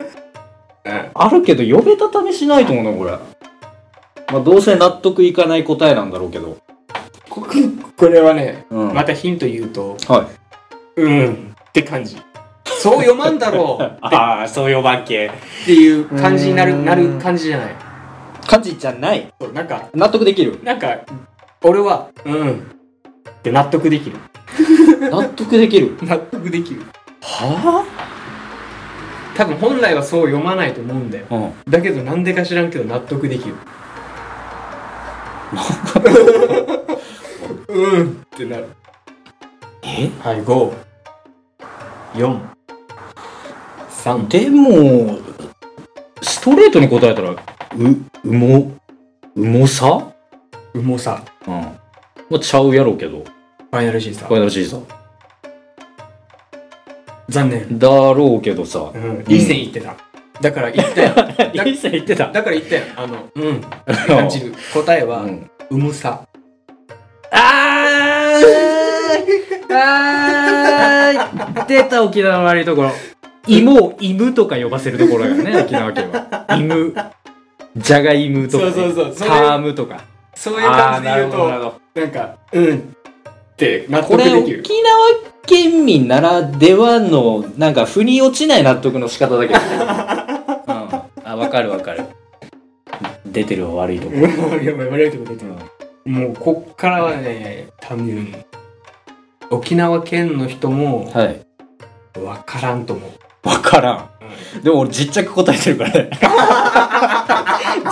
Speaker 2: うん
Speaker 1: あるけど、呼べたためしないと思うな、これ。まあ、どうせ納得いかない答えなんだろうけど。
Speaker 2: こ これはね、
Speaker 1: うん。
Speaker 2: またヒント言うと、
Speaker 1: は
Speaker 2: うんって感じ。そう読まんだろ う
Speaker 1: ああ、そう呼ばん系。
Speaker 2: っていう感じにな
Speaker 3: うー
Speaker 2: る
Speaker 3: ん
Speaker 2: なる感じじゃない
Speaker 3: 感じじゃない
Speaker 2: そうなんか
Speaker 3: 納得できる
Speaker 2: なんか俺はうんって納得できる
Speaker 3: 納得できる
Speaker 2: 納得できる
Speaker 3: は
Speaker 2: 多分本来はそう読まないと思うんだよ
Speaker 1: うん。あ
Speaker 2: だけどなんでか知らんけど納得できるうんってなる
Speaker 1: え
Speaker 2: はい543
Speaker 1: でも、ストレートに答えたら、う、うも、うもさ
Speaker 2: うもさ
Speaker 1: うん。まあ、ちゃうやろうけど。
Speaker 2: ファイナルシーさ
Speaker 1: ファイナルシーズ
Speaker 2: 残念
Speaker 1: ン。だろうけどさ
Speaker 2: う。んいい線いってただから言 ったよだ
Speaker 1: いい線言ってた。
Speaker 2: だから言ったよあのうん感じる答えは
Speaker 1: うん
Speaker 2: うむさ
Speaker 1: あーあー出た沖縄の悪いところ。芋をイムとか呼ばせるところだ からね、沖縄県は。イム。じゃがいむとか、ね。
Speaker 2: そうそうそうそれ
Speaker 1: タームとか。
Speaker 2: そういう感じで言う
Speaker 1: あーなるほどなる
Speaker 2: と
Speaker 1: ほど
Speaker 2: なんかうんって納
Speaker 1: こ
Speaker 2: 得
Speaker 1: れ
Speaker 2: できる
Speaker 1: 沖縄県民ならではのなんか腑に落ちない納得の仕方だけど、 ね、うんあわかるわかる出てるわ悪いとこ、
Speaker 2: うん やばい悪いとこ出てるもうこっからはね多分沖縄県の人も
Speaker 1: はい
Speaker 2: 分からんと思う、
Speaker 1: わからんでも俺実着答えてるから ね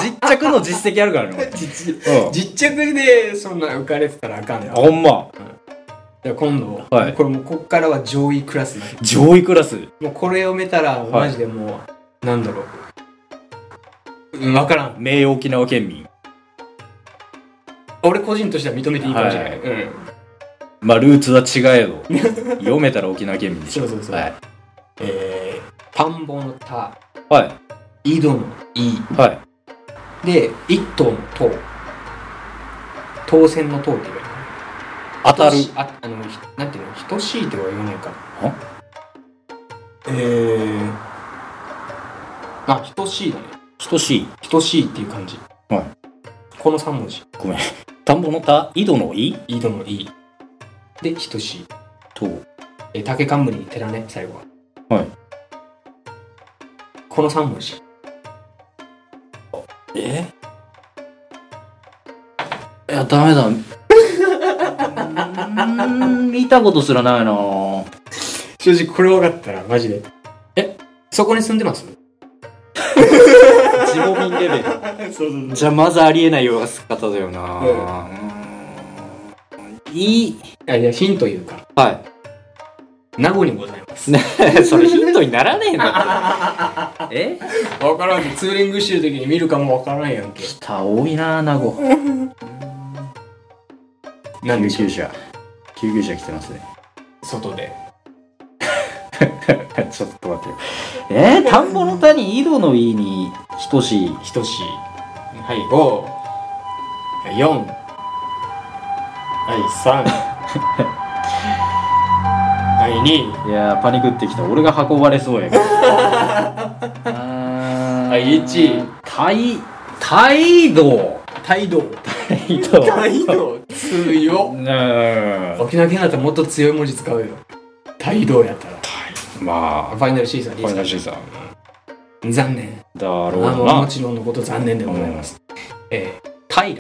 Speaker 1: 実着の実績あるからね
Speaker 2: 実
Speaker 1: 俺うん
Speaker 2: 実着でそんな浮かれてたらあかんね
Speaker 1: あほんま
Speaker 2: じゃあ今度、
Speaker 1: はい
Speaker 2: これもうこっからは上位クラスになる
Speaker 1: 上位クラス
Speaker 2: もうこれを見たら
Speaker 1: はい
Speaker 2: マジでもう、なんだろううん分からん
Speaker 1: 名誉沖縄県民
Speaker 2: 俺個人としては認めていいかもしれない、
Speaker 1: は
Speaker 2: うん
Speaker 1: まあルーツは違えど読めたら沖縄県民でしょ
Speaker 2: そうそうそう
Speaker 1: はい
Speaker 2: えー、田んぼの田
Speaker 1: は
Speaker 2: 井戸の井
Speaker 1: いはい
Speaker 2: で一頭の塔当選の塔って言われる
Speaker 1: 当たる
Speaker 2: ああのひなんていうの等しいとは言わないか
Speaker 1: あ
Speaker 2: えー、あ等しいだね
Speaker 1: 等しい
Speaker 2: 等しいっていう感じ
Speaker 1: はい
Speaker 2: この3文字
Speaker 1: 田んぼの田井戸の井
Speaker 2: 井戸の井で等しい
Speaker 1: と
Speaker 2: えー竹冠に寺ね最後は
Speaker 1: はい
Speaker 2: この3文字
Speaker 1: えいや、ダメだ。うーん見たことすらないなぁ
Speaker 2: 正直これ分かったらマジでえそこに住んでます
Speaker 1: 地元民レベル。
Speaker 2: そうそう
Speaker 1: じゃ、まずありえないような姿だよなぁうーんいい。
Speaker 2: あいやヒントいうか
Speaker 1: は
Speaker 2: 名護にございます
Speaker 1: い。 それヒントにならねえなって。 え
Speaker 2: 分からんけどツーリングしてる時に見るかも分からんやんけ
Speaker 1: 北多いなぁ、名護。
Speaker 2: なんでしょう
Speaker 1: 車。救急車来てますね。
Speaker 2: 外で
Speaker 1: ちょっと待ってよ。えー、田んぼの田に井戸の井に等しい。
Speaker 2: 等しいはい5四はい 三はい二
Speaker 1: いやーパニクってきた俺が運ばれそうやけ どあ
Speaker 2: はい一
Speaker 1: 態態度
Speaker 2: 態度
Speaker 1: 態度
Speaker 2: 態 度強っ
Speaker 1: うん
Speaker 2: 沖縄県だったらもっと強い文字使うよ態度やったら
Speaker 1: まあ
Speaker 2: ファイナルシーズンでいい
Speaker 1: ファイナ
Speaker 2: で
Speaker 1: ルシー
Speaker 2: す
Speaker 1: ズ
Speaker 2: か残念
Speaker 1: だろ
Speaker 2: あの
Speaker 1: う
Speaker 2: も
Speaker 1: な
Speaker 2: ちろんのこと残念でございます、えー、平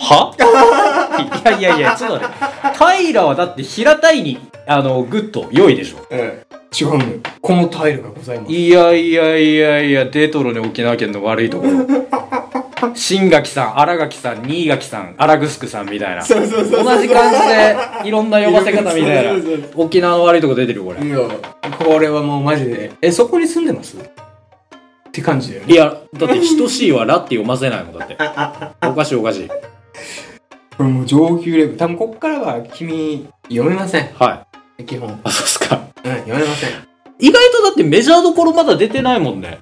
Speaker 1: は いやいやいやちょっと待って平はだって平たいにあのグッと良いでしょ
Speaker 2: 違うのよこのタイルがございます
Speaker 1: いやいやいやいやデトロに沖縄県の悪いとこ ろ新垣さん新垣さん新垣さん荒城さんみたいな
Speaker 2: うそうそ
Speaker 1: 同じ感じでいろんな呼ばせ方みたい
Speaker 2: そうそうそ
Speaker 1: な沖縄の悪いとこ出てるよこれ
Speaker 2: いやこれはもうマジでえそこに住んでますって感じだよね
Speaker 1: いやだって等しいはラって読ませないもんだっておかしいおかしい
Speaker 2: これもう上級レベル多分こっからは君読めません
Speaker 1: はい
Speaker 2: 基本うん
Speaker 1: あそうっすか
Speaker 2: 読めません
Speaker 1: 意外とだってメジャーどころまだ出てないもんね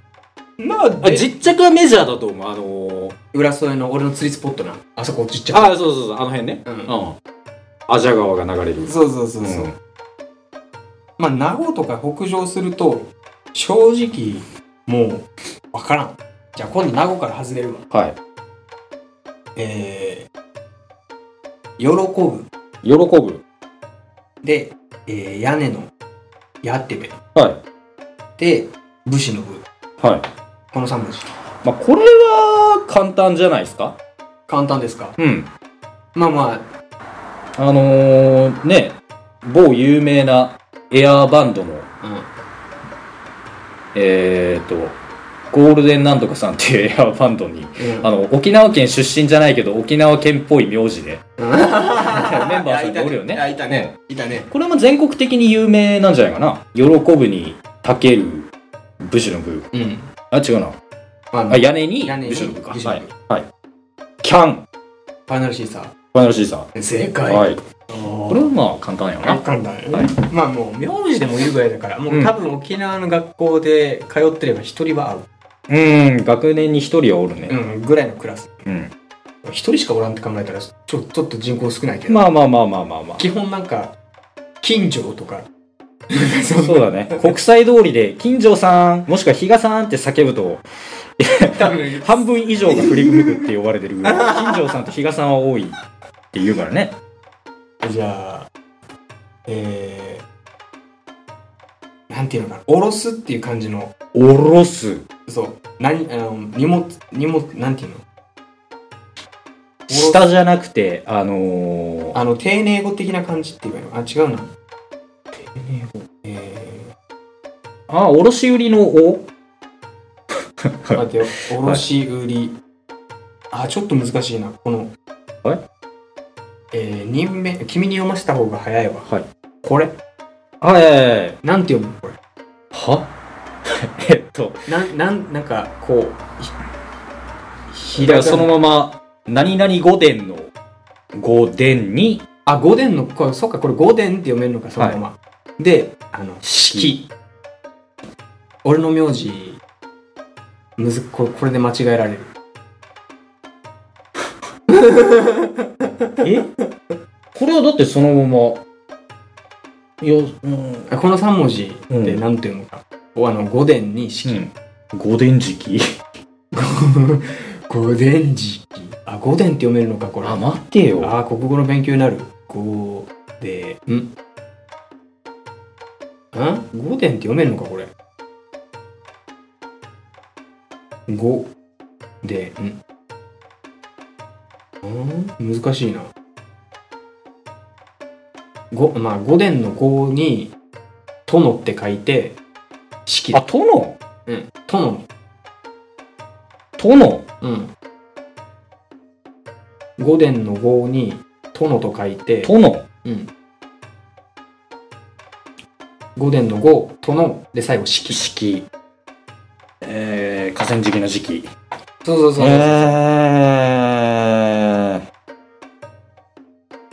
Speaker 2: まあ
Speaker 1: あ実着はメジャーだと思うあのー、
Speaker 2: 浦添の俺の釣りスポットなあそこちっちゃ
Speaker 1: あそうそうそうあの辺ね
Speaker 2: う
Speaker 1: うん
Speaker 2: ん
Speaker 1: アジャ川が流れる
Speaker 2: そうそうそうそう、
Speaker 1: うん
Speaker 2: まあ名護とか北上すると正直もうわからんじゃあ今度名護から外れるわ
Speaker 1: はい
Speaker 2: えー、喜ぶ
Speaker 1: 喜ぶ
Speaker 2: で、えー屋根のやってべ。
Speaker 1: は
Speaker 2: で、武士の部。
Speaker 1: い。はい。
Speaker 2: この3文字。
Speaker 1: まあ、これは簡単じゃないですか
Speaker 2: 簡単ですか
Speaker 1: うん。
Speaker 2: まあま
Speaker 1: あのー、ね、某有名なエアーバンドの、
Speaker 2: あ、うん。
Speaker 1: えーと、ゴールデンなんとかさんっていうエ アーバンドに、
Speaker 2: うん
Speaker 1: あの、沖縄県出身じゃないけど、沖縄県っぽい名字で、
Speaker 2: メン
Speaker 1: メンバーさんっておるよね
Speaker 2: あ、いたね。いたね。
Speaker 1: これも全国的に有名なんじゃないかな。喜ぶに、たける、武士の部。
Speaker 2: うん。
Speaker 1: あ、違うな。
Speaker 2: あの
Speaker 1: あ、屋根に
Speaker 2: 屋根、に
Speaker 1: 武士の部か。
Speaker 2: 武士の
Speaker 1: は
Speaker 2: 部
Speaker 1: い。はい。キャン、フ
Speaker 2: ファイナルシーサ
Speaker 1: ァイナルシーさん。
Speaker 2: ー。正解。
Speaker 1: はい。こ
Speaker 2: こ
Speaker 1: れはまあ簡単やな。
Speaker 2: かんない、
Speaker 1: はい
Speaker 2: まあもう名字でもいるぐらいだからもう多分沖縄の学校で通ってれば一人は会う、
Speaker 1: うん、学年に一人はおるね。
Speaker 2: うん、ぐらいのクラス
Speaker 1: うん。
Speaker 2: 一人しかおらんって考えたらちょちょっと人口少ないけど、
Speaker 1: まあまあまあまあまあ まあ。
Speaker 2: 基本なんか近所と か
Speaker 1: そうだね。 国際通りで、金城さん、もしくは比嘉さんって叫ぶと、
Speaker 2: 多分
Speaker 1: 半分以上が振り向くって呼ばれてるぐらい、金城さんと比嘉さんは多いって言うからね。
Speaker 2: じゃあえー、なんていうのかなおろすっていう感じの
Speaker 1: おろす。
Speaker 2: そう何あの荷物荷物なんていうのおろ
Speaker 1: 下じゃなくて、あのー、
Speaker 2: あの丁寧語的な感じっていうのあ違うな丁寧語えー
Speaker 1: あ、おろし売りのお
Speaker 2: 待てよ、おろし売り。あ、ちょっと難しいな、この。
Speaker 1: はい
Speaker 2: えー、任命、君に読ませた方が早いわ。
Speaker 1: はい。
Speaker 2: これ、
Speaker 1: はいはいはいはい。
Speaker 2: なんて読むこれ。
Speaker 1: は えっと、
Speaker 2: なん、なん、なんか、こう、
Speaker 1: だ
Speaker 2: ひひら
Speaker 1: か
Speaker 2: が
Speaker 1: ら
Speaker 2: な
Speaker 1: そのまま、何々御殿の御殿に、
Speaker 2: あ、五殿の、これそっか、これ五殿って読めるのか、そのまま。で、あの、式。俺の名字、むず、これ、これで間違えられる。
Speaker 1: えこれはだってそのまま、いや、うん、
Speaker 2: あこの三文字ってなんて読むか。おあの、五殿に式。
Speaker 1: うん。五殿敷
Speaker 2: 五電磁気あ五電って読めるのかこれ
Speaker 1: あ、
Speaker 2: あ
Speaker 1: 待ってよ。
Speaker 2: ー国語の勉強になる五でんん五電って読めるのかこれ五でんん難しいな五まあ五電の五に殿って書いて式
Speaker 1: あ、殿
Speaker 2: うん殿
Speaker 1: 殿
Speaker 2: うん。五殿の五に、殿と書いて、
Speaker 1: 殿
Speaker 2: うん。五殿の五、殿、で最後、式。そう
Speaker 1: 敷。えー、河川敷の敷。
Speaker 2: そうそう。
Speaker 1: えー、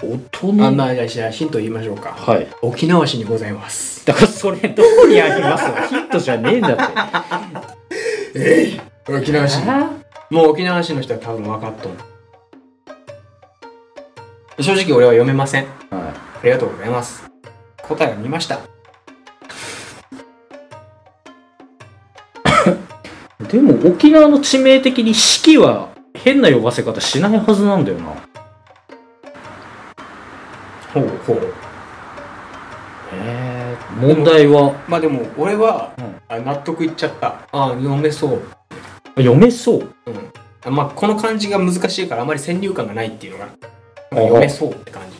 Speaker 1: お
Speaker 2: あ
Speaker 1: 殿
Speaker 2: まあ、じゃあ、ヒント言いましょうか。
Speaker 1: はい。
Speaker 2: 沖縄市にございます。
Speaker 1: だからそれどこにあります のヒントじゃねえんだって。
Speaker 2: ええ沖縄市。
Speaker 1: あ
Speaker 2: もう沖縄市の人は多分分かっとん。正直俺は読めません。
Speaker 1: ーは
Speaker 2: ありがとうございます。答えが見ました。
Speaker 1: い。でも沖縄の地名的に式は変な呼ばせ方しないはずなんだよな。
Speaker 2: ほうほう。
Speaker 1: えー、問題は
Speaker 2: まあでも、俺は、
Speaker 1: うん
Speaker 2: あ納得いっちゃった。ああ、読めそう。
Speaker 1: 読めそう。
Speaker 2: うん、まあこの漢字が難しいからあまり先入観がないっていうのが
Speaker 1: あ
Speaker 2: 読めそうって感じ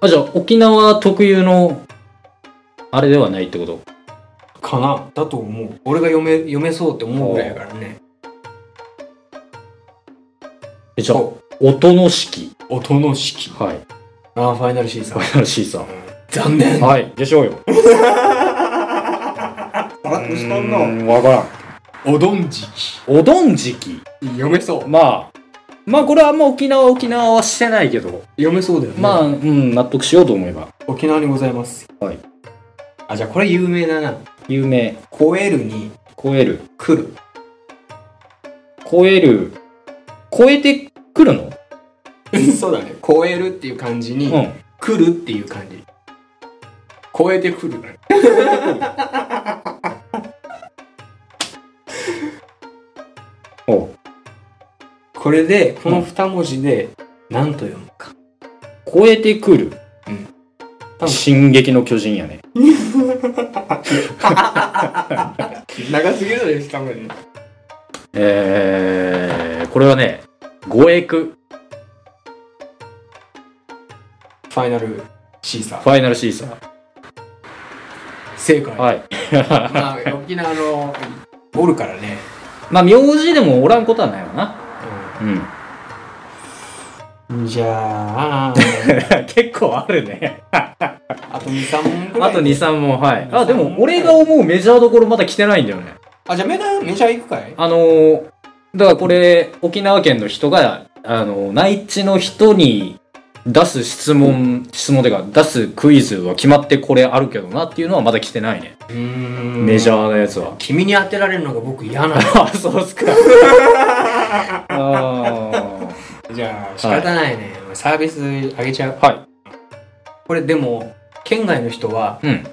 Speaker 1: あ、じゃあ沖縄特有のあれではないってこと
Speaker 2: かなだと思う俺が読め読めそうって思うぐらいだからね
Speaker 1: えじゃあ、
Speaker 2: そ
Speaker 1: 音の式。
Speaker 2: う音の式
Speaker 1: はい。
Speaker 2: ああファイナルシーサ
Speaker 1: ファ
Speaker 2: ー
Speaker 1: イナル C さん。
Speaker 2: 残念
Speaker 1: はい、でしょうよ。
Speaker 2: さらっとしたん
Speaker 1: う
Speaker 2: な
Speaker 1: ーんわからん。
Speaker 2: おどんじき
Speaker 1: おどんじき。
Speaker 2: 読めそう
Speaker 1: まあ、まあこれはあんま沖縄沖縄はしてないけど、
Speaker 2: 読めそうだよね
Speaker 1: まあ、うん、納得しようと思えば。
Speaker 2: 沖縄にございます
Speaker 1: はい
Speaker 2: あじゃあこれ有名だな
Speaker 1: 有名、
Speaker 2: 「超える」に
Speaker 1: 超える。
Speaker 2: 「来る
Speaker 1: 超える。超えてくるの」
Speaker 2: そうだね「超える」っていう漢字に
Speaker 1: うん。
Speaker 2: 「来る」っていう漢字超えてくる
Speaker 1: おう
Speaker 2: これでこの二文字で何と読むか
Speaker 1: 超えてくる。
Speaker 2: 三うん
Speaker 1: 進撃の巨人やね。
Speaker 2: 長すぎるのよ、しかもね。
Speaker 1: えー、これはね、ゴエク、
Speaker 2: ファイナルシーサ
Speaker 1: フ
Speaker 2: ー。
Speaker 1: ァイナルシーサ
Speaker 2: 正解。
Speaker 1: ー。はい。
Speaker 2: まあ、沖縄の、おるからね。
Speaker 1: まあ、名字でもおらんことはないわな。うん。
Speaker 2: うんじ ゃあ、
Speaker 1: 結構ある ね。
Speaker 2: あと2、3問ぐら
Speaker 1: あ
Speaker 2: い。
Speaker 1: と2、3問、はい。あ、で
Speaker 2: 二三
Speaker 1: も
Speaker 2: 問
Speaker 1: 俺が思うメジャーどころまだ来てないんだよね。
Speaker 2: あ、じゃあメジャー、メジャー行くかい
Speaker 1: あのー、だからこれ、沖縄県の人が、あのー、内地の人に出す質問、質問てか、出すクイズは決まってこれあるけどなっていうのはまだ来てないね。
Speaker 2: うん
Speaker 1: メジャーのやつは。
Speaker 2: 君に当てられるのが僕嫌なの。
Speaker 1: あ、そうっすか。あ
Speaker 2: じゃあ、仕方ないね。サービス上げちゃう。
Speaker 1: ーは。
Speaker 2: これでも、県外の人はい
Speaker 1: うん。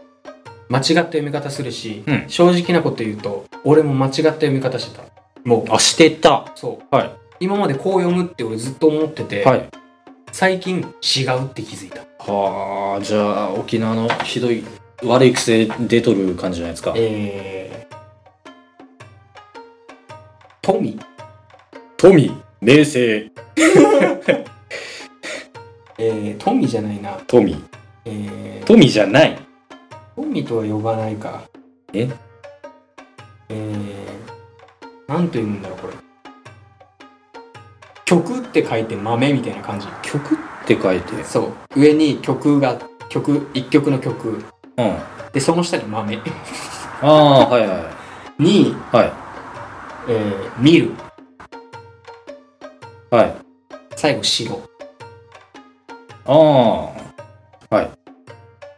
Speaker 2: 間違った読み方するし、
Speaker 1: うん
Speaker 2: 正直なこと言うと、俺も間違った読み方してた。も
Speaker 1: あ、してた。
Speaker 2: う、そう。
Speaker 1: はい。
Speaker 2: 今までこう読むって俺ずっと思ってて、
Speaker 1: はい。
Speaker 2: 最近違うって気づいた。
Speaker 1: はあ、じゃあ、沖縄のひどい、悪い癖出とる感じじゃないですか。
Speaker 2: えー、富
Speaker 1: 富、名声、
Speaker 2: えー、富じゃないな。
Speaker 1: 富。
Speaker 2: えー、
Speaker 1: 富じゃない。
Speaker 2: 富とは呼ばないか。
Speaker 1: え
Speaker 2: えー、なんと言うんだろう、これ。曲って書いて豆みたいな感じ。
Speaker 1: 曲って書いて。
Speaker 2: そう。上に曲が、曲、一曲の曲。
Speaker 1: うん。あ
Speaker 2: で、その下に豆。
Speaker 1: あー、はいはい。
Speaker 2: に、
Speaker 1: は
Speaker 2: えー、見る。
Speaker 1: い。はい。
Speaker 2: 最後、白。
Speaker 1: ああ。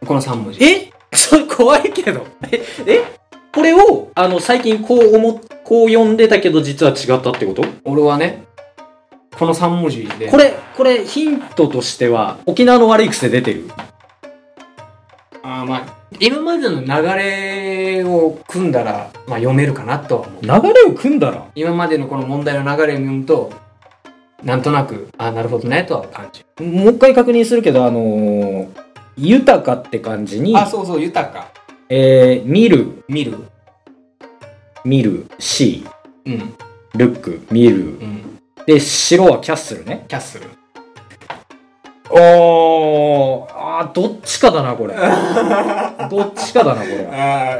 Speaker 2: この3文字。
Speaker 1: え それ怖いけど。え、えこれを、あの、最近こう思っ、こう読んでたけど実は違ったってこと
Speaker 2: 俺はね、この3文字で。
Speaker 1: これ、これヒントとしては、沖縄の悪い癖出てる。
Speaker 2: あーまあ、今までの流れを組んだら、まあ、読めるかなとは思う
Speaker 1: 流れを組んだら
Speaker 2: 今までのこの問題の流れを読むとなんとなくあーなるほどねとは感じ
Speaker 1: もう一回確認するけど、あのー、豊かって感じに、
Speaker 2: あそうそう豊か
Speaker 1: えー、見る、
Speaker 2: 見る
Speaker 1: 見る、し、
Speaker 2: うん
Speaker 1: ルック、見る
Speaker 2: う。ん
Speaker 1: で、白はキャッスルね。
Speaker 2: キャッスル
Speaker 1: おー、あーどっちかだな、こ れ。どっちかだな、これ。
Speaker 2: あ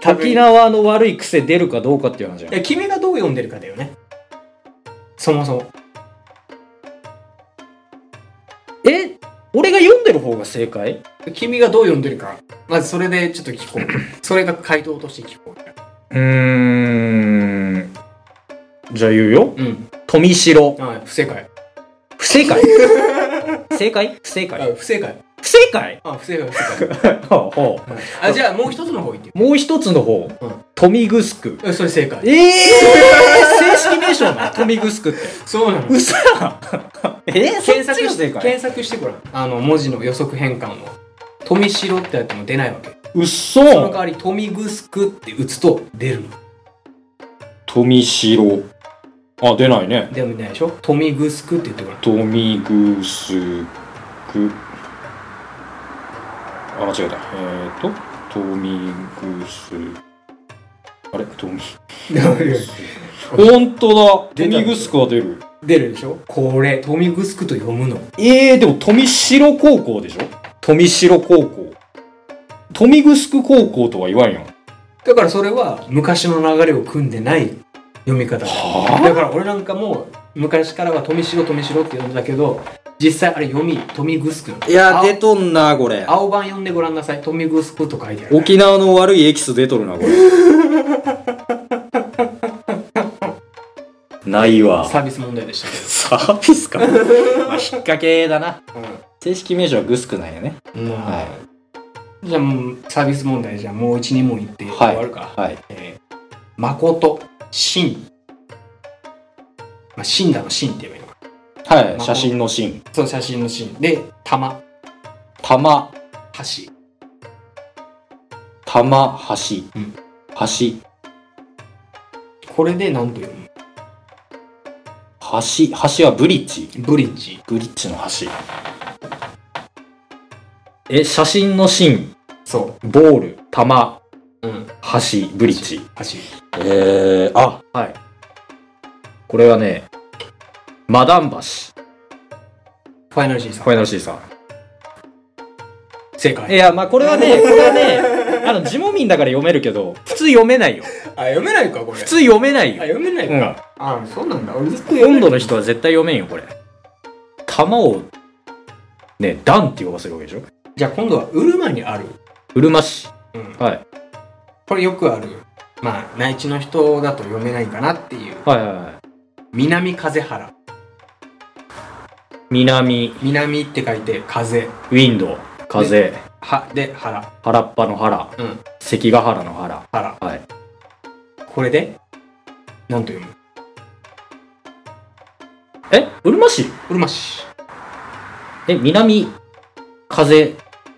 Speaker 2: 多分
Speaker 1: 沖縄の悪い癖出るかどうかっていう話じゃん
Speaker 2: え君がどう読んでるかだよねそもそも
Speaker 1: え俺が読んでる方が正解
Speaker 2: 君がどう読んでるかまずそれでちょっと聞こ うそれが回答として聞こ
Speaker 1: うーんじゃあ言うよ
Speaker 2: ううん
Speaker 1: 富城
Speaker 2: あー不正解
Speaker 1: 不正 解正解不正解
Speaker 2: あ不正解
Speaker 1: 不正 解
Speaker 2: あ不正解不 正解
Speaker 1: ほうほ
Speaker 2: うんあじゃあもう一つの方言って
Speaker 1: うもう一つの方、
Speaker 2: うん
Speaker 1: 富グスク
Speaker 2: よそれ正解
Speaker 1: えー、正式名称なの富グスクって
Speaker 2: そうなの
Speaker 1: 嘘やんえそっ
Speaker 2: 検索
Speaker 1: ちが
Speaker 2: し
Speaker 1: 正
Speaker 2: て
Speaker 1: 解
Speaker 2: 検索してごらんあの文字の予測変換を「富城」ってやっても出ないわけ
Speaker 1: うっ
Speaker 2: その代
Speaker 1: そ
Speaker 2: わり「富ぐすく」って打つと出るの
Speaker 1: 富城あ出ないね
Speaker 2: でもないでしょ「富ぐすく」って言ってご らん
Speaker 1: 富グスクあ間違えたえっ、ー、と富グスあれ富本当だ
Speaker 2: 出た
Speaker 1: 富グスクは出る
Speaker 2: 出るでしょこれ「富ぐすく」と読むの
Speaker 1: えー、でも富城高校でしょ富城高校富グスク高校とは言わんよ
Speaker 2: だからそれは昔の流れを組んでない読み方だ
Speaker 1: はあ
Speaker 2: だから俺なんかも昔からは「富城富城」って読んだけど実際あれ読み「富ぐすく」
Speaker 1: いや
Speaker 2: 青
Speaker 1: 出とんなこれ
Speaker 2: 青版読んでごらんなさい「富ぐすく」と書いてある
Speaker 1: 沖縄の悪いエキス出とるなこれ ないわ
Speaker 2: サービス問題でしたけ
Speaker 1: サービスか まあ引っ掛けだな
Speaker 2: ど、うん
Speaker 1: 正式名称はグスクなんやね
Speaker 2: まあじゃあもうサービス問題じゃあもう12問いって
Speaker 1: はい
Speaker 2: 終わるか、
Speaker 1: はい
Speaker 2: えー、誠真まあ真だの真って言えばいいのか
Speaker 1: はい
Speaker 2: まあ
Speaker 1: 写真のシーン
Speaker 2: そう写真の真で玉
Speaker 1: 玉
Speaker 2: 箸
Speaker 1: 玉橋、
Speaker 2: うん
Speaker 1: 橋
Speaker 2: これで何というの
Speaker 1: 橋橋はブリッジ
Speaker 2: ブリッジ
Speaker 1: ブリッジの橋え、写真の芯、
Speaker 2: そ
Speaker 1: ボール、玉、
Speaker 2: う。うん。
Speaker 1: 橋、ブリッジ。
Speaker 2: 走る。
Speaker 1: えー、あ、はい。これはね、マダン橋。
Speaker 2: ファイナル C さん
Speaker 1: ファ。イナル C さん。
Speaker 2: 正
Speaker 1: い
Speaker 2: 解。
Speaker 1: や、まあこれはね、これはね、あの、地元民だから読めるけど、普通読めないよ。
Speaker 2: あ、読めないか、これ。
Speaker 1: 普通読めない
Speaker 2: あ、
Speaker 1: よ。
Speaker 2: 読めない
Speaker 1: うん
Speaker 2: か。。あ、そうなんだ。俺ずっと読
Speaker 1: 温
Speaker 2: めない
Speaker 1: 度の人は絶対読めんよ、これ。玉を、ね、ダンって呼ばせるわけでしょ。
Speaker 2: じゃあ今度はウルマにある。
Speaker 1: うるま市。
Speaker 2: うん。
Speaker 1: はい。
Speaker 2: これよくある。まあ、内地の人だと読めないかなっていう。
Speaker 1: はいはいはい。
Speaker 2: 南風原。
Speaker 1: 南、
Speaker 2: 南って書いて、風。
Speaker 1: ウィンドウ、風、
Speaker 2: は、で、原。
Speaker 1: 原っぱの原、
Speaker 2: うん。
Speaker 1: 関ヶ原の原。
Speaker 2: 原。
Speaker 1: はい。
Speaker 2: これで、なんと読む
Speaker 1: え、うるま市
Speaker 2: うるま市。
Speaker 1: え、南、風、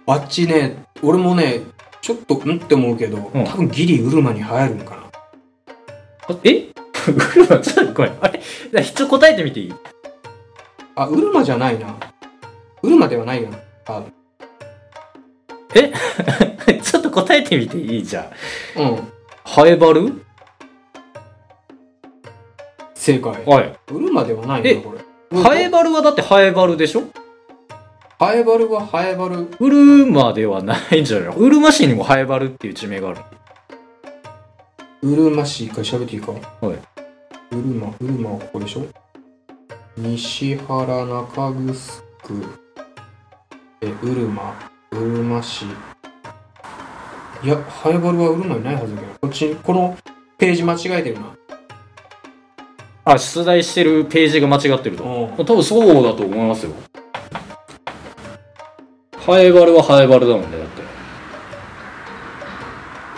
Speaker 2: あっちね、俺もね、ちょっと、んって思うけど、
Speaker 1: うん
Speaker 2: 多分ギリウルマに入るんかな。
Speaker 1: あえ うるま、ちょっとごめん。あれ一応答えてみていい
Speaker 2: あ、ウルマじゃないな。ウルマではないよな。あ、
Speaker 1: ちょっと答えてみていいじゃん。
Speaker 2: うん。
Speaker 1: ハエバル
Speaker 2: 正解。
Speaker 1: はい。
Speaker 2: ウルマではない
Speaker 1: え
Speaker 2: んだ、これ。
Speaker 1: ハエバルはだってハエバルでしょ
Speaker 2: ハエバルはハエバル。
Speaker 1: ウルマではないんじゃないウルマ市にもハエバルっていう地名がある。。
Speaker 2: ウルマ市一回喋っていいかはいウルマ、ウルマはここでしょ西原中城区。え、ウルマ、ウルマ市。いや、ハエバルはウルマにないはずだけど、こっち、このページ間違えてるな。
Speaker 1: あ、出題してるページが間違ってると。
Speaker 2: ん。
Speaker 1: 多分そうだと思いますよ。ハエバルはハエバルだもんね、だって。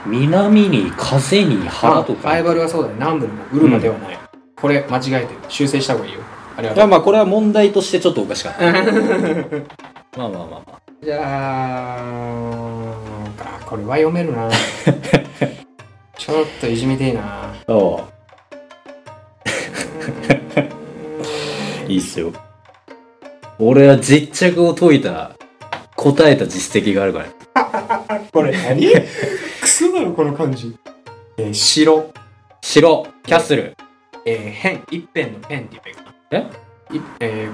Speaker 1: 南に風に
Speaker 2: あ
Speaker 1: 原とか。
Speaker 2: ハエバルはそうだね。南部にもウルマではない。これ、間違えてる。修正した方がいいよ。ありが
Speaker 1: い
Speaker 2: と
Speaker 1: や、
Speaker 2: う。
Speaker 1: まあこれは問題としてちょっとおかしか った。まあまあまあまあ。
Speaker 2: じゃあ、あこれは読め るな。ちょっといじめてえな。
Speaker 1: ああ。 いいっすよ。俺は実着を解いた、答えた実績があるから。
Speaker 2: これ何クソだろこの感じ。えー、白、
Speaker 1: 城、キャッスル。
Speaker 2: えー、変、一辺のペンって言えばいいかな。
Speaker 1: え
Speaker 2: いえー、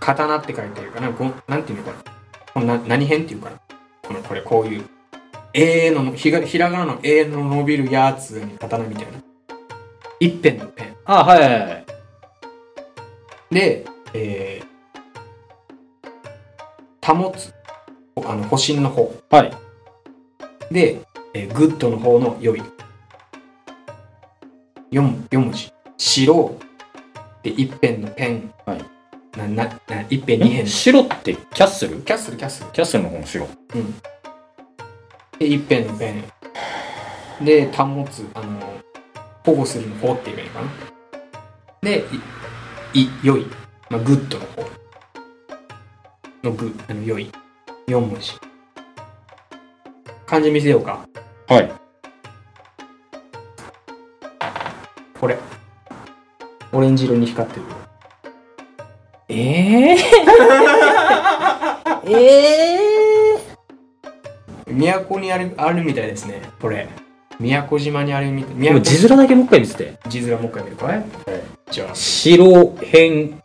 Speaker 2: 刀って書いてるかな。ごなんていうのかな。こんな何変っていうかな。このこれこういう。えーのひが、ひらがなのえーの伸びるやつに刀みたいな。一辺のペン。
Speaker 1: あ、はいはいはい。
Speaker 2: で、えー、保つ。あの、保身の方。
Speaker 1: はい。
Speaker 2: で、えーグッドの方の予備。4, 四文字。白、で、一辺のペン。
Speaker 1: はい
Speaker 2: な、な、な、一辺二辺の。キ
Speaker 1: 白ってキャッスル
Speaker 2: ャッスル、キャッスル。
Speaker 1: キャッスルの方の白。
Speaker 2: で、一辺のペン。で、保つ、あの、保護するの方って言えばいいのかな。で、い、い、良い。まあ、グッドの方。のグ、あの、良い。4文字。漢字見せようか。
Speaker 1: はい。
Speaker 2: これオレンジ色に光ってる
Speaker 1: え えええ
Speaker 2: 都にあるあるみたいですねこれ宮古島にあるみたい
Speaker 1: で
Speaker 2: 宮
Speaker 1: も
Speaker 2: 古
Speaker 1: 字面だけもう一回見せて。
Speaker 2: 地面もう一回見るかいじゃあ
Speaker 1: 白、変、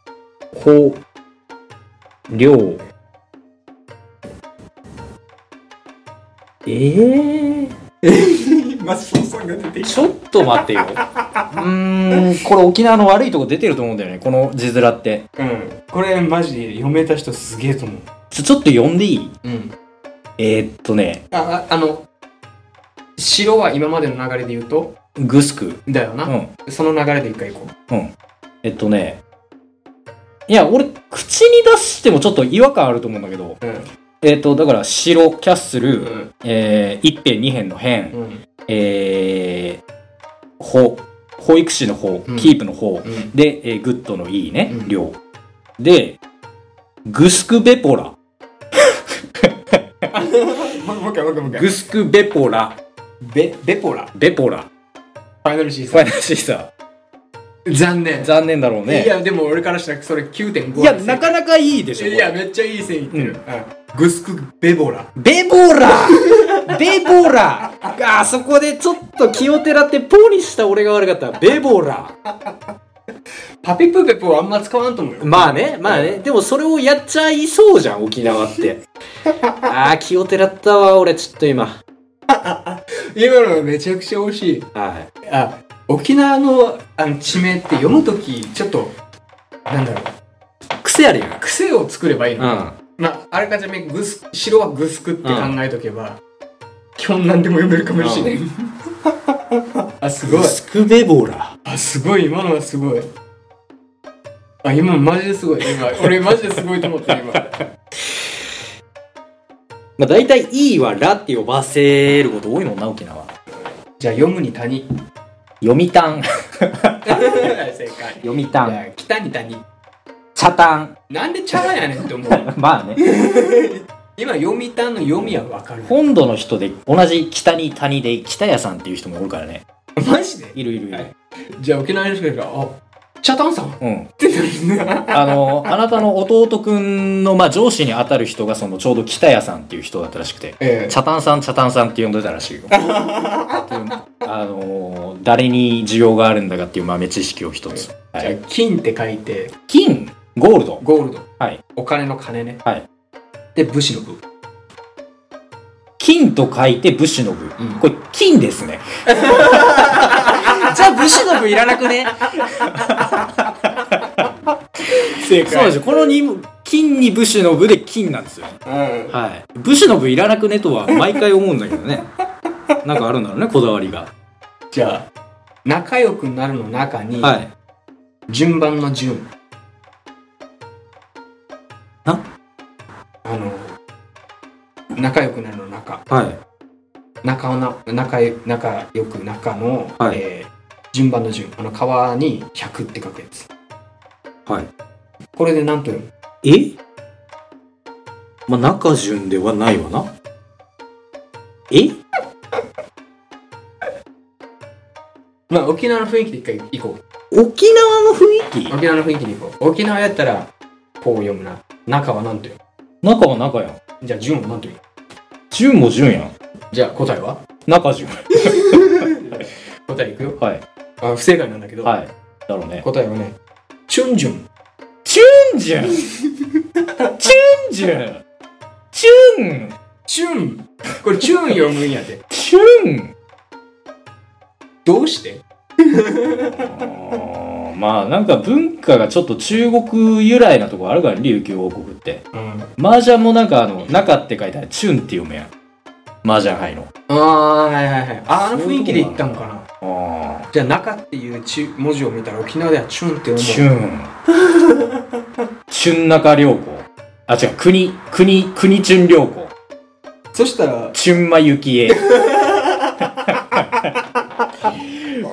Speaker 1: ほ、量。ええ
Speaker 2: マスオさんが出て
Speaker 1: ちょっと待ってよ。うーん、これ沖縄の悪いとこ出てると思うんだよね、この字面って。
Speaker 2: うんこれマジで読めた人すげえと思う
Speaker 1: ちょちょっと読んでいい
Speaker 2: うん
Speaker 1: えー、っとね、
Speaker 2: あああの白は今までの流れで言うと
Speaker 1: グスク。
Speaker 2: だよ
Speaker 1: う
Speaker 2: な、
Speaker 1: ん。
Speaker 2: その流れで一回行こう
Speaker 1: えっとね、いや、俺、口に出してもちょっと違和感あると思うんだけど、
Speaker 2: うん
Speaker 1: えっと、だから、白、キャッス
Speaker 2: う
Speaker 1: ル、
Speaker 2: ん
Speaker 1: えー、一辺二辺の 辺、
Speaker 2: うん
Speaker 1: えー、ほ、保育士の方
Speaker 2: う、ん
Speaker 1: キープの方、
Speaker 2: うん
Speaker 1: で、えーグッドのいいね
Speaker 2: う、ん
Speaker 1: 量。で、グスクベポラ、
Speaker 2: もう一回もう一回もう一
Speaker 1: グスクベポラ、
Speaker 2: ベベポラフ
Speaker 1: ベポラ、
Speaker 2: ァイナルシー
Speaker 1: フ
Speaker 2: ズ
Speaker 1: ァイナルシーザ
Speaker 2: ン残念
Speaker 1: ー。残念だろう
Speaker 2: い
Speaker 1: ね。
Speaker 2: やでも俺からしたらそれ9.5
Speaker 1: いや、なかなかいいでしょ、こ
Speaker 2: い
Speaker 1: れ
Speaker 2: やめっちゃいい線いってる、うんグスクベボラ。
Speaker 1: ベボラベボラあそこでちょっと気をてらってポーにした俺が悪かった。ベボラ
Speaker 2: パピプペプはあんま使わんと思うよ。
Speaker 1: まあね、まあね。でもそれをやっちゃいそうじゃん、沖縄 って。ああ、気をてらったわ、俺、ちょっと今。
Speaker 2: 今のめちゃくちゃ美味しい。
Speaker 1: は
Speaker 2: あ、沖縄のあの地名って読むとき、ちょっと、なんだろう。
Speaker 1: い。癖あるよな。
Speaker 2: 癖を作ればいいの。
Speaker 1: うん。
Speaker 2: まあ、あらかじめグス、白はグスクって考えとけば、基本何でも読めるかもしれない。 あ、すごい。
Speaker 1: スクベボラ。
Speaker 2: あ、すごい。今のはすごい。あ、今マジですごい。今、俺マジですごいと思った、今。
Speaker 1: まあ大体 E はラって呼ばせること多いもんな、沖縄。
Speaker 2: じゃあ、読むに谷。
Speaker 1: 読みたん。
Speaker 2: 正解。
Speaker 1: 読みた
Speaker 2: いや北に谷。
Speaker 1: 茶たん。
Speaker 2: なんでチャラやねんって思う。
Speaker 1: まあね。
Speaker 2: 今、読みたんの読みはわかる。
Speaker 1: 本土の人で同じ北に谷で北谷さんっていう人もおるからね。
Speaker 2: マジで
Speaker 1: いるいるいる。
Speaker 2: はいじゃあ、沖縄の人が、あ、チャタン さんっ
Speaker 1: うん。
Speaker 2: て言うのね
Speaker 1: あの、あなたの弟くんの、まあ、上司に当たる人が、その、ちょうど北谷さんっていう人だったらしくて、
Speaker 2: え
Speaker 1: チャタンさん、チャタンさんって呼んでたら しいよ。あの、誰に需要があるんだかっていう豆知識を一つ。
Speaker 2: え
Speaker 1: はい。
Speaker 2: じゃあ金って書いて、
Speaker 1: 金、ゴールド、
Speaker 2: ゴールド。
Speaker 1: はい
Speaker 2: お金の金ね。
Speaker 1: はい
Speaker 2: で、武士の部。
Speaker 1: 金と書いて武士の部。
Speaker 2: ん
Speaker 1: これ、金ですね。じゃあ武士の部いらなく ね
Speaker 2: 正
Speaker 1: そうですよ。このに金に武士の部で金なんですよね。
Speaker 2: うん。
Speaker 1: はい。武士の部いらなくねとは毎回思うんだけど ね。なんかあるんだろうね、こだわりが。
Speaker 2: じゃあ、仲良くなるの中に、
Speaker 1: はい。
Speaker 2: 順番の順。
Speaker 1: な
Speaker 2: あの、仲良くなるの中。
Speaker 1: はい。
Speaker 2: 仲をな、仲よ、仲良く中の、
Speaker 1: はい
Speaker 2: えー順番の順。あの、川に100って書くやつ。
Speaker 1: はい。
Speaker 2: これで何と読む
Speaker 1: えまあ、中順ではないわな。え
Speaker 2: まあ、沖縄の雰囲気で一回行こう。
Speaker 1: 沖縄の雰囲気
Speaker 2: 沖縄の雰囲気で行こう。沖縄やったら、こう読むな。中は何と読
Speaker 1: 中は中やん。
Speaker 2: むじゃあ、順は何と読む
Speaker 1: 順も順やん。
Speaker 2: じゃあ、答えは
Speaker 1: 中順。
Speaker 2: 答えいくよ。
Speaker 1: はい。
Speaker 2: あ、不正解なんだけど。
Speaker 1: はい。だろう ね。
Speaker 2: 答えはね、チュンジュン。
Speaker 1: チュンチュンチュンチュン
Speaker 2: チュンこれチュン読むんや で。
Speaker 1: チュン
Speaker 2: どうして
Speaker 1: あーまあなんか文化がちょっと中国由来なとこあるからね琉球王国って
Speaker 2: うん。
Speaker 1: 麻雀もなんかあの「中」って書いたら「チュン」って読むやん麻雀杯の
Speaker 2: ああ、はいはいはい。ああの
Speaker 1: そういうと
Speaker 2: 雰囲
Speaker 1: こ
Speaker 2: 気で行ったんかな。
Speaker 1: ああ
Speaker 2: じゃあ、中っていうチュ文字を見たら沖縄ではチュンって読む。
Speaker 1: チュン。チュン中良子。あ、違う、国、国、国チュン良子。
Speaker 2: そしたら、
Speaker 1: チュンマユキエ。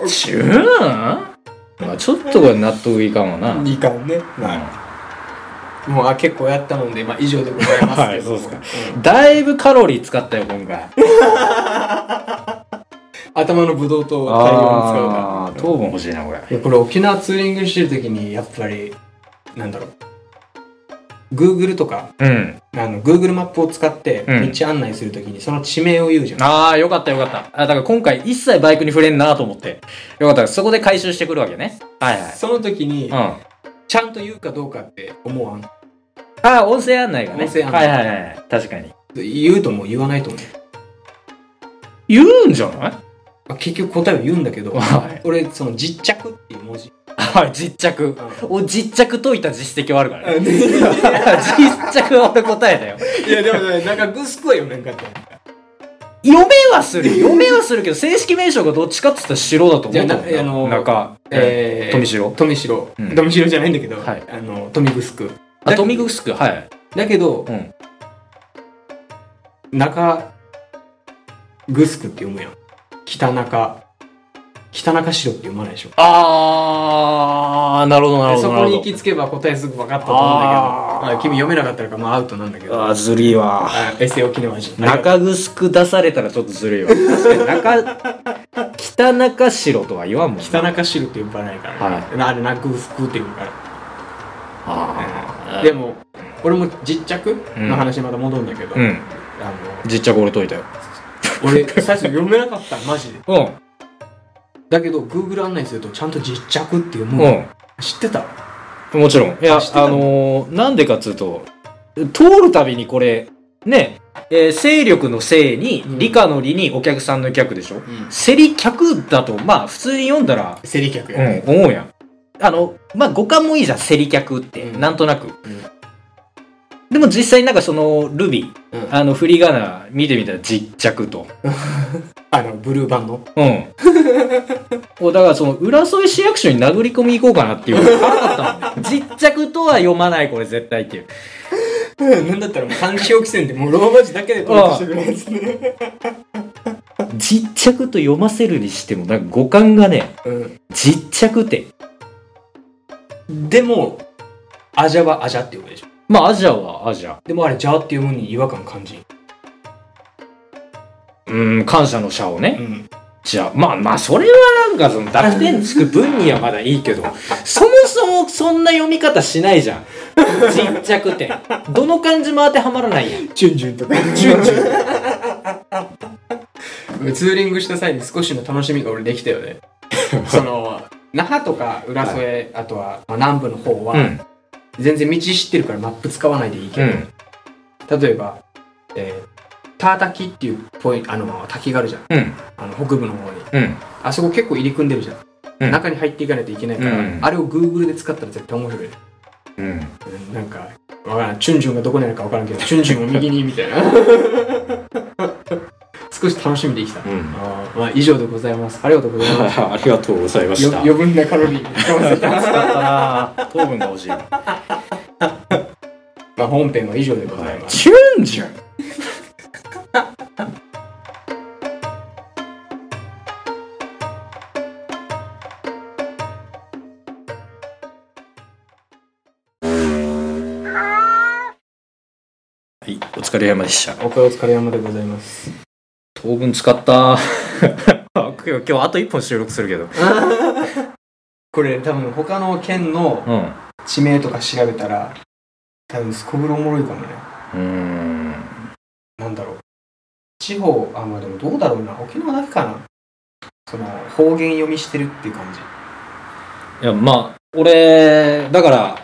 Speaker 1: チュンまあちょっとこれ納得いかんわな。
Speaker 2: いかんね。もうあ結構やったので、まあ、以上でございますけど
Speaker 1: はいそうですかだいぶカロリー使ったよ、今回。
Speaker 2: ん頭のブドウと太陽
Speaker 1: あー
Speaker 2: に使うか
Speaker 1: 糖分欲しいな、これ。
Speaker 2: らいやこれ沖縄ツーリングしてる時にやっぱりなんだろう Google とか
Speaker 1: うん。
Speaker 2: あの Google マップを使って
Speaker 1: うん
Speaker 2: 道案内するときにその地名を言うじゃん、
Speaker 1: ああ、よかったよかった。あ、だから今回一切バイクに触れんなと思って。よかった。そこで回収してくるわけね。はいはい。
Speaker 2: その時に
Speaker 1: うん。あ
Speaker 2: ちゃんと言うかどうかって思わん
Speaker 1: あー、音声案内がね。
Speaker 2: 音声案内
Speaker 1: はいはいはい。確かに。
Speaker 2: 言うとも言わないと思う
Speaker 1: 言うんじゃない
Speaker 2: まあ結局答えを言うんだけど
Speaker 1: はい
Speaker 2: 俺その実着っていう文字
Speaker 1: はい、実着。 お、実着解いた実績はあるからね。
Speaker 2: い
Speaker 1: 実着は俺答えだよ。
Speaker 2: やでもねなんかグスクは読めんかった
Speaker 1: 読めはす るよ。読めはするけど、正式名称がどっちかって言ったら白だと
Speaker 2: じ
Speaker 1: 思
Speaker 2: ゃあ
Speaker 1: う
Speaker 2: なあの
Speaker 1: 中。
Speaker 2: えー
Speaker 1: 富城
Speaker 2: 富城、
Speaker 1: うん
Speaker 2: 富城じゃないんだけど、
Speaker 1: はい
Speaker 2: あの富グスク
Speaker 1: アトミグスク、はい。
Speaker 2: だけど、
Speaker 1: うん
Speaker 2: 中グスクって読むやん北中北中城って読まないでしょ
Speaker 1: あー、なるほど、なる
Speaker 2: で
Speaker 1: ほ
Speaker 2: そ
Speaker 1: ど、
Speaker 2: こ
Speaker 1: なる
Speaker 2: に行
Speaker 1: ほ
Speaker 2: きつけば答えすぐ分かったと思うんだけ
Speaker 1: あー
Speaker 2: どあ君読めなかったらかまあアウトなんだけ
Speaker 1: ど。
Speaker 2: ど
Speaker 1: あー、ずるいわ。
Speaker 2: あエセ沖縄人あ
Speaker 1: 中グスク出されたらちょっとず るいわ。確かに中、北中城とは言わんもんな。
Speaker 2: 北中城って呼ばないから、ね
Speaker 1: は
Speaker 2: あれなグスクって読むから、
Speaker 1: あー
Speaker 2: でも俺も実着の話また戻るんだけど、
Speaker 1: うん。
Speaker 2: あの
Speaker 1: 実着俺解いたよ。
Speaker 2: 俺最初読めなかったマジで
Speaker 1: うん。
Speaker 2: だけど Google 案内するとちゃんと実着っていうもの、
Speaker 1: うん。
Speaker 2: 知ってた
Speaker 1: もちろん。いや
Speaker 2: 知って、た
Speaker 1: あのーなんでかっつうと、通るたびにこれ、ね、えー勢力の勢に
Speaker 2: う、ん
Speaker 1: 理科の理にお客さんの客でしょ。
Speaker 2: うん
Speaker 1: 競り客だと、まあ、普通に読んだら、
Speaker 2: セリ客
Speaker 1: う
Speaker 2: や
Speaker 1: ん、思うやん。あの、まあ、五感もいいじゃん、競り客って、
Speaker 2: うん
Speaker 1: なんとなく。でも実際なんかその、ルビー、
Speaker 2: うん
Speaker 1: あの、振り仮名見てみたら実着と。
Speaker 2: あの ブルーバンド
Speaker 1: うん。 もうだからその、浦添市役所に殴り込み行こうかなっていう。腹立ったもん実着とは読まない、これ絶対っていう。
Speaker 2: なんだったらもう漢字表記せんでもうローマ字だけで取ろうとしてくれるやつね
Speaker 1: 実着と読ませるにしても、なんか五感がね、
Speaker 2: う
Speaker 1: 実着って。
Speaker 2: んでもアジャはアジャって読むでしょ
Speaker 1: まあ、アジアはアジア。
Speaker 2: でもあれジャーっていうものに違和感感じん
Speaker 1: うん、感謝の社をね。
Speaker 2: ん
Speaker 1: じゃあ、まあまあ、それはなんか、その、濁点つく分にはまだいいけど、そもそもそんな読み方しないじゃん。実着点。どの漢字も当てはまらないやん。
Speaker 2: チュンチュンとか
Speaker 1: チュンチュン。
Speaker 2: ツーリングした際に少しの楽しみが俺できたよ ねその那覇とか浦添、あとは、まあ、南部の方は、
Speaker 1: うん。
Speaker 2: 全然道知ってるからマップ使わないでいいけ
Speaker 1: う
Speaker 2: ど、
Speaker 1: ん。
Speaker 2: 例えば、えー、ター滝っていうポインあの滝があるじゃん
Speaker 1: うん。
Speaker 2: あの北部の方に
Speaker 1: うん。
Speaker 2: あそこ結構入り組んでるじゃん、
Speaker 1: うん
Speaker 2: 中に入っていかないといけないから、
Speaker 1: うん
Speaker 2: あれを Google で使ったら絶対面白いね、
Speaker 1: うん。
Speaker 2: うんなんかわからんチュンチュンがどこにあるかわからんけどチュンチュンを右にみ たいな少し楽しみできた、
Speaker 1: うん。
Speaker 2: あーまあ、以上でございますありがとうございます
Speaker 1: ありがとうございま
Speaker 2: よ余分なカロリー使わせた
Speaker 1: かったな糖分が欲しいわ。
Speaker 2: まあ本編は以上でございます
Speaker 1: チュンジュンはい、お疲れ様でした。
Speaker 2: お疲れ様でございます
Speaker 1: 当分使った。 今日、今日あと一本収録するけど。
Speaker 2: これ多分他の県の
Speaker 1: うん。う
Speaker 2: 地名とか調べたら多分すこぶるおもろいかもね
Speaker 1: ーん。
Speaker 2: なんだろう地方あまあでもどうだろうな沖縄だけかなその方言読みしてるっていう感じ
Speaker 1: いや、まあ、俺、だから、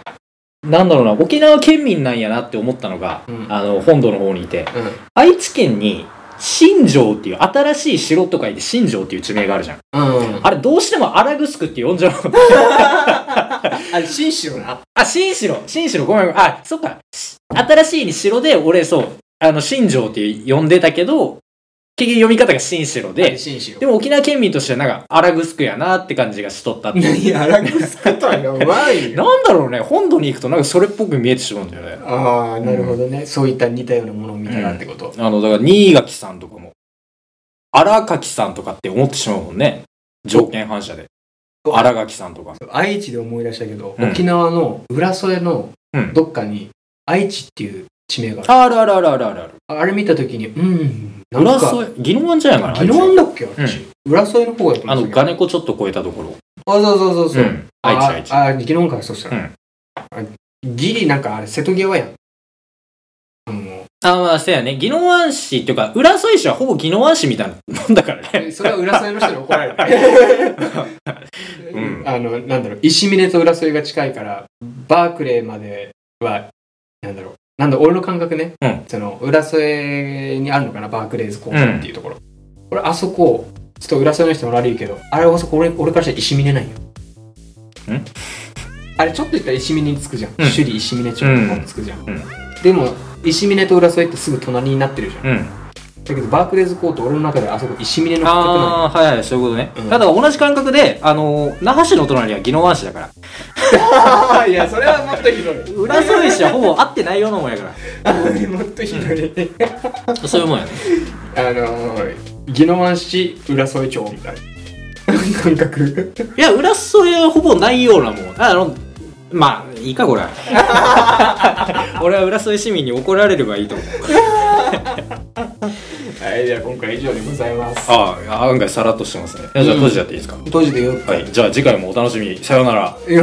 Speaker 1: なんだろうな、沖縄県民なんやなって思ったのが、
Speaker 2: うん
Speaker 1: あの、本土の方にいて、
Speaker 2: うん
Speaker 1: 愛知県に、新城っていう、新しい城と書いて新城っていう地名があるじゃん。
Speaker 2: うん
Speaker 1: あれ、どうしても荒城って呼んじゃう。
Speaker 2: あれ紳士よな
Speaker 1: あ、新城新城ごめんごめん。あ、そっか。し新しいに城で、俺、そう、あの、新城って呼んでたけど、結局読み方が新城で、
Speaker 2: 紳士よ
Speaker 1: でも沖縄県民としてはなんか、荒城やなって感じがしとったって いう。
Speaker 2: 何荒くすことはやばい よ
Speaker 1: なんだろうね、本土に行くとなんかそれっぽく見えてしまうんだよね。
Speaker 2: ああなるほどね、そういった似たようなものを見たらってこと、
Speaker 1: あの、だから、新垣さんとかも、荒垣さんとかって思ってしまうもんね。条件反射で。
Speaker 2: お
Speaker 1: 荒垣さんとか。
Speaker 2: 愛知で思い出したけど、
Speaker 1: うん
Speaker 2: 沖縄の浦添の
Speaker 1: うん
Speaker 2: どっかに愛知っていう地名がある、
Speaker 1: ああるあるあるあるあるある。
Speaker 2: あれ見た時にうんな
Speaker 1: 浦
Speaker 2: んか
Speaker 1: 添、宜野湾じゃないかな。
Speaker 2: 宜野湾
Speaker 1: だ
Speaker 2: だっけあっち、浦添の方やと
Speaker 1: あ
Speaker 2: 思
Speaker 1: の、
Speaker 2: ってた
Speaker 1: ガ
Speaker 2: け
Speaker 1: ネコちょっと超えたところ。
Speaker 2: どあそうそうそうそう、
Speaker 1: ん。愛知、愛知。
Speaker 2: ああ宜野湾かそしたら、
Speaker 1: うん
Speaker 2: あギリなんかあれ瀬戸際やんあの
Speaker 1: あ、まあ、そうやね。宜野湾市っていうか、浦添市はほぼ宜野湾市みたいなもんだからね。
Speaker 2: えそれは浦添の人に怒られ る、
Speaker 1: うん
Speaker 2: あのなんだろう石峰と浦添が近いからバークレーまではなんだろうなんだ俺の感覚ね、
Speaker 1: うん
Speaker 2: その浦添にあるのかなバークレーズ高校っていうところ、俺あそこちょっと浦添の人も悪いけどあれあそこ俺俺からしたら石峰なんよ
Speaker 1: ん
Speaker 2: あれちょっと言ったら石峰につくじゃん、
Speaker 1: うん
Speaker 2: 首里石峰町につくじゃん、
Speaker 1: うん
Speaker 2: でも石峰と浦添ってすぐ隣になってるじゃん、
Speaker 1: うん。
Speaker 2: だけどバークレーズコート俺の中であそこ石峰の感覚なの
Speaker 1: ああ、はいはい、そういうことね。
Speaker 2: うん
Speaker 1: ただ、同じ感覚で、あのー、那覇市の隣は宜野湾市だから。
Speaker 2: あーいやそれはもっとひどい
Speaker 1: 浦添市はほぼ合ってないようなもんやから。
Speaker 2: もっとひどい
Speaker 1: そういうもんやね。
Speaker 2: あのー宜野湾市浦添町みたいな感覚
Speaker 1: いや、裏添えはほぼないようなもん。ああの、まあ、いいか、これ。 俺は浦添市民に怒られればいいと思う。
Speaker 2: はいじゃあ今回は以上でございます
Speaker 1: ああ、案外さらっとしてますね。じゃあ、閉じちゃっていいですか。
Speaker 2: 閉じてよ
Speaker 1: はい、じゃあ次回もお楽しみに。さようなら。
Speaker 2: いや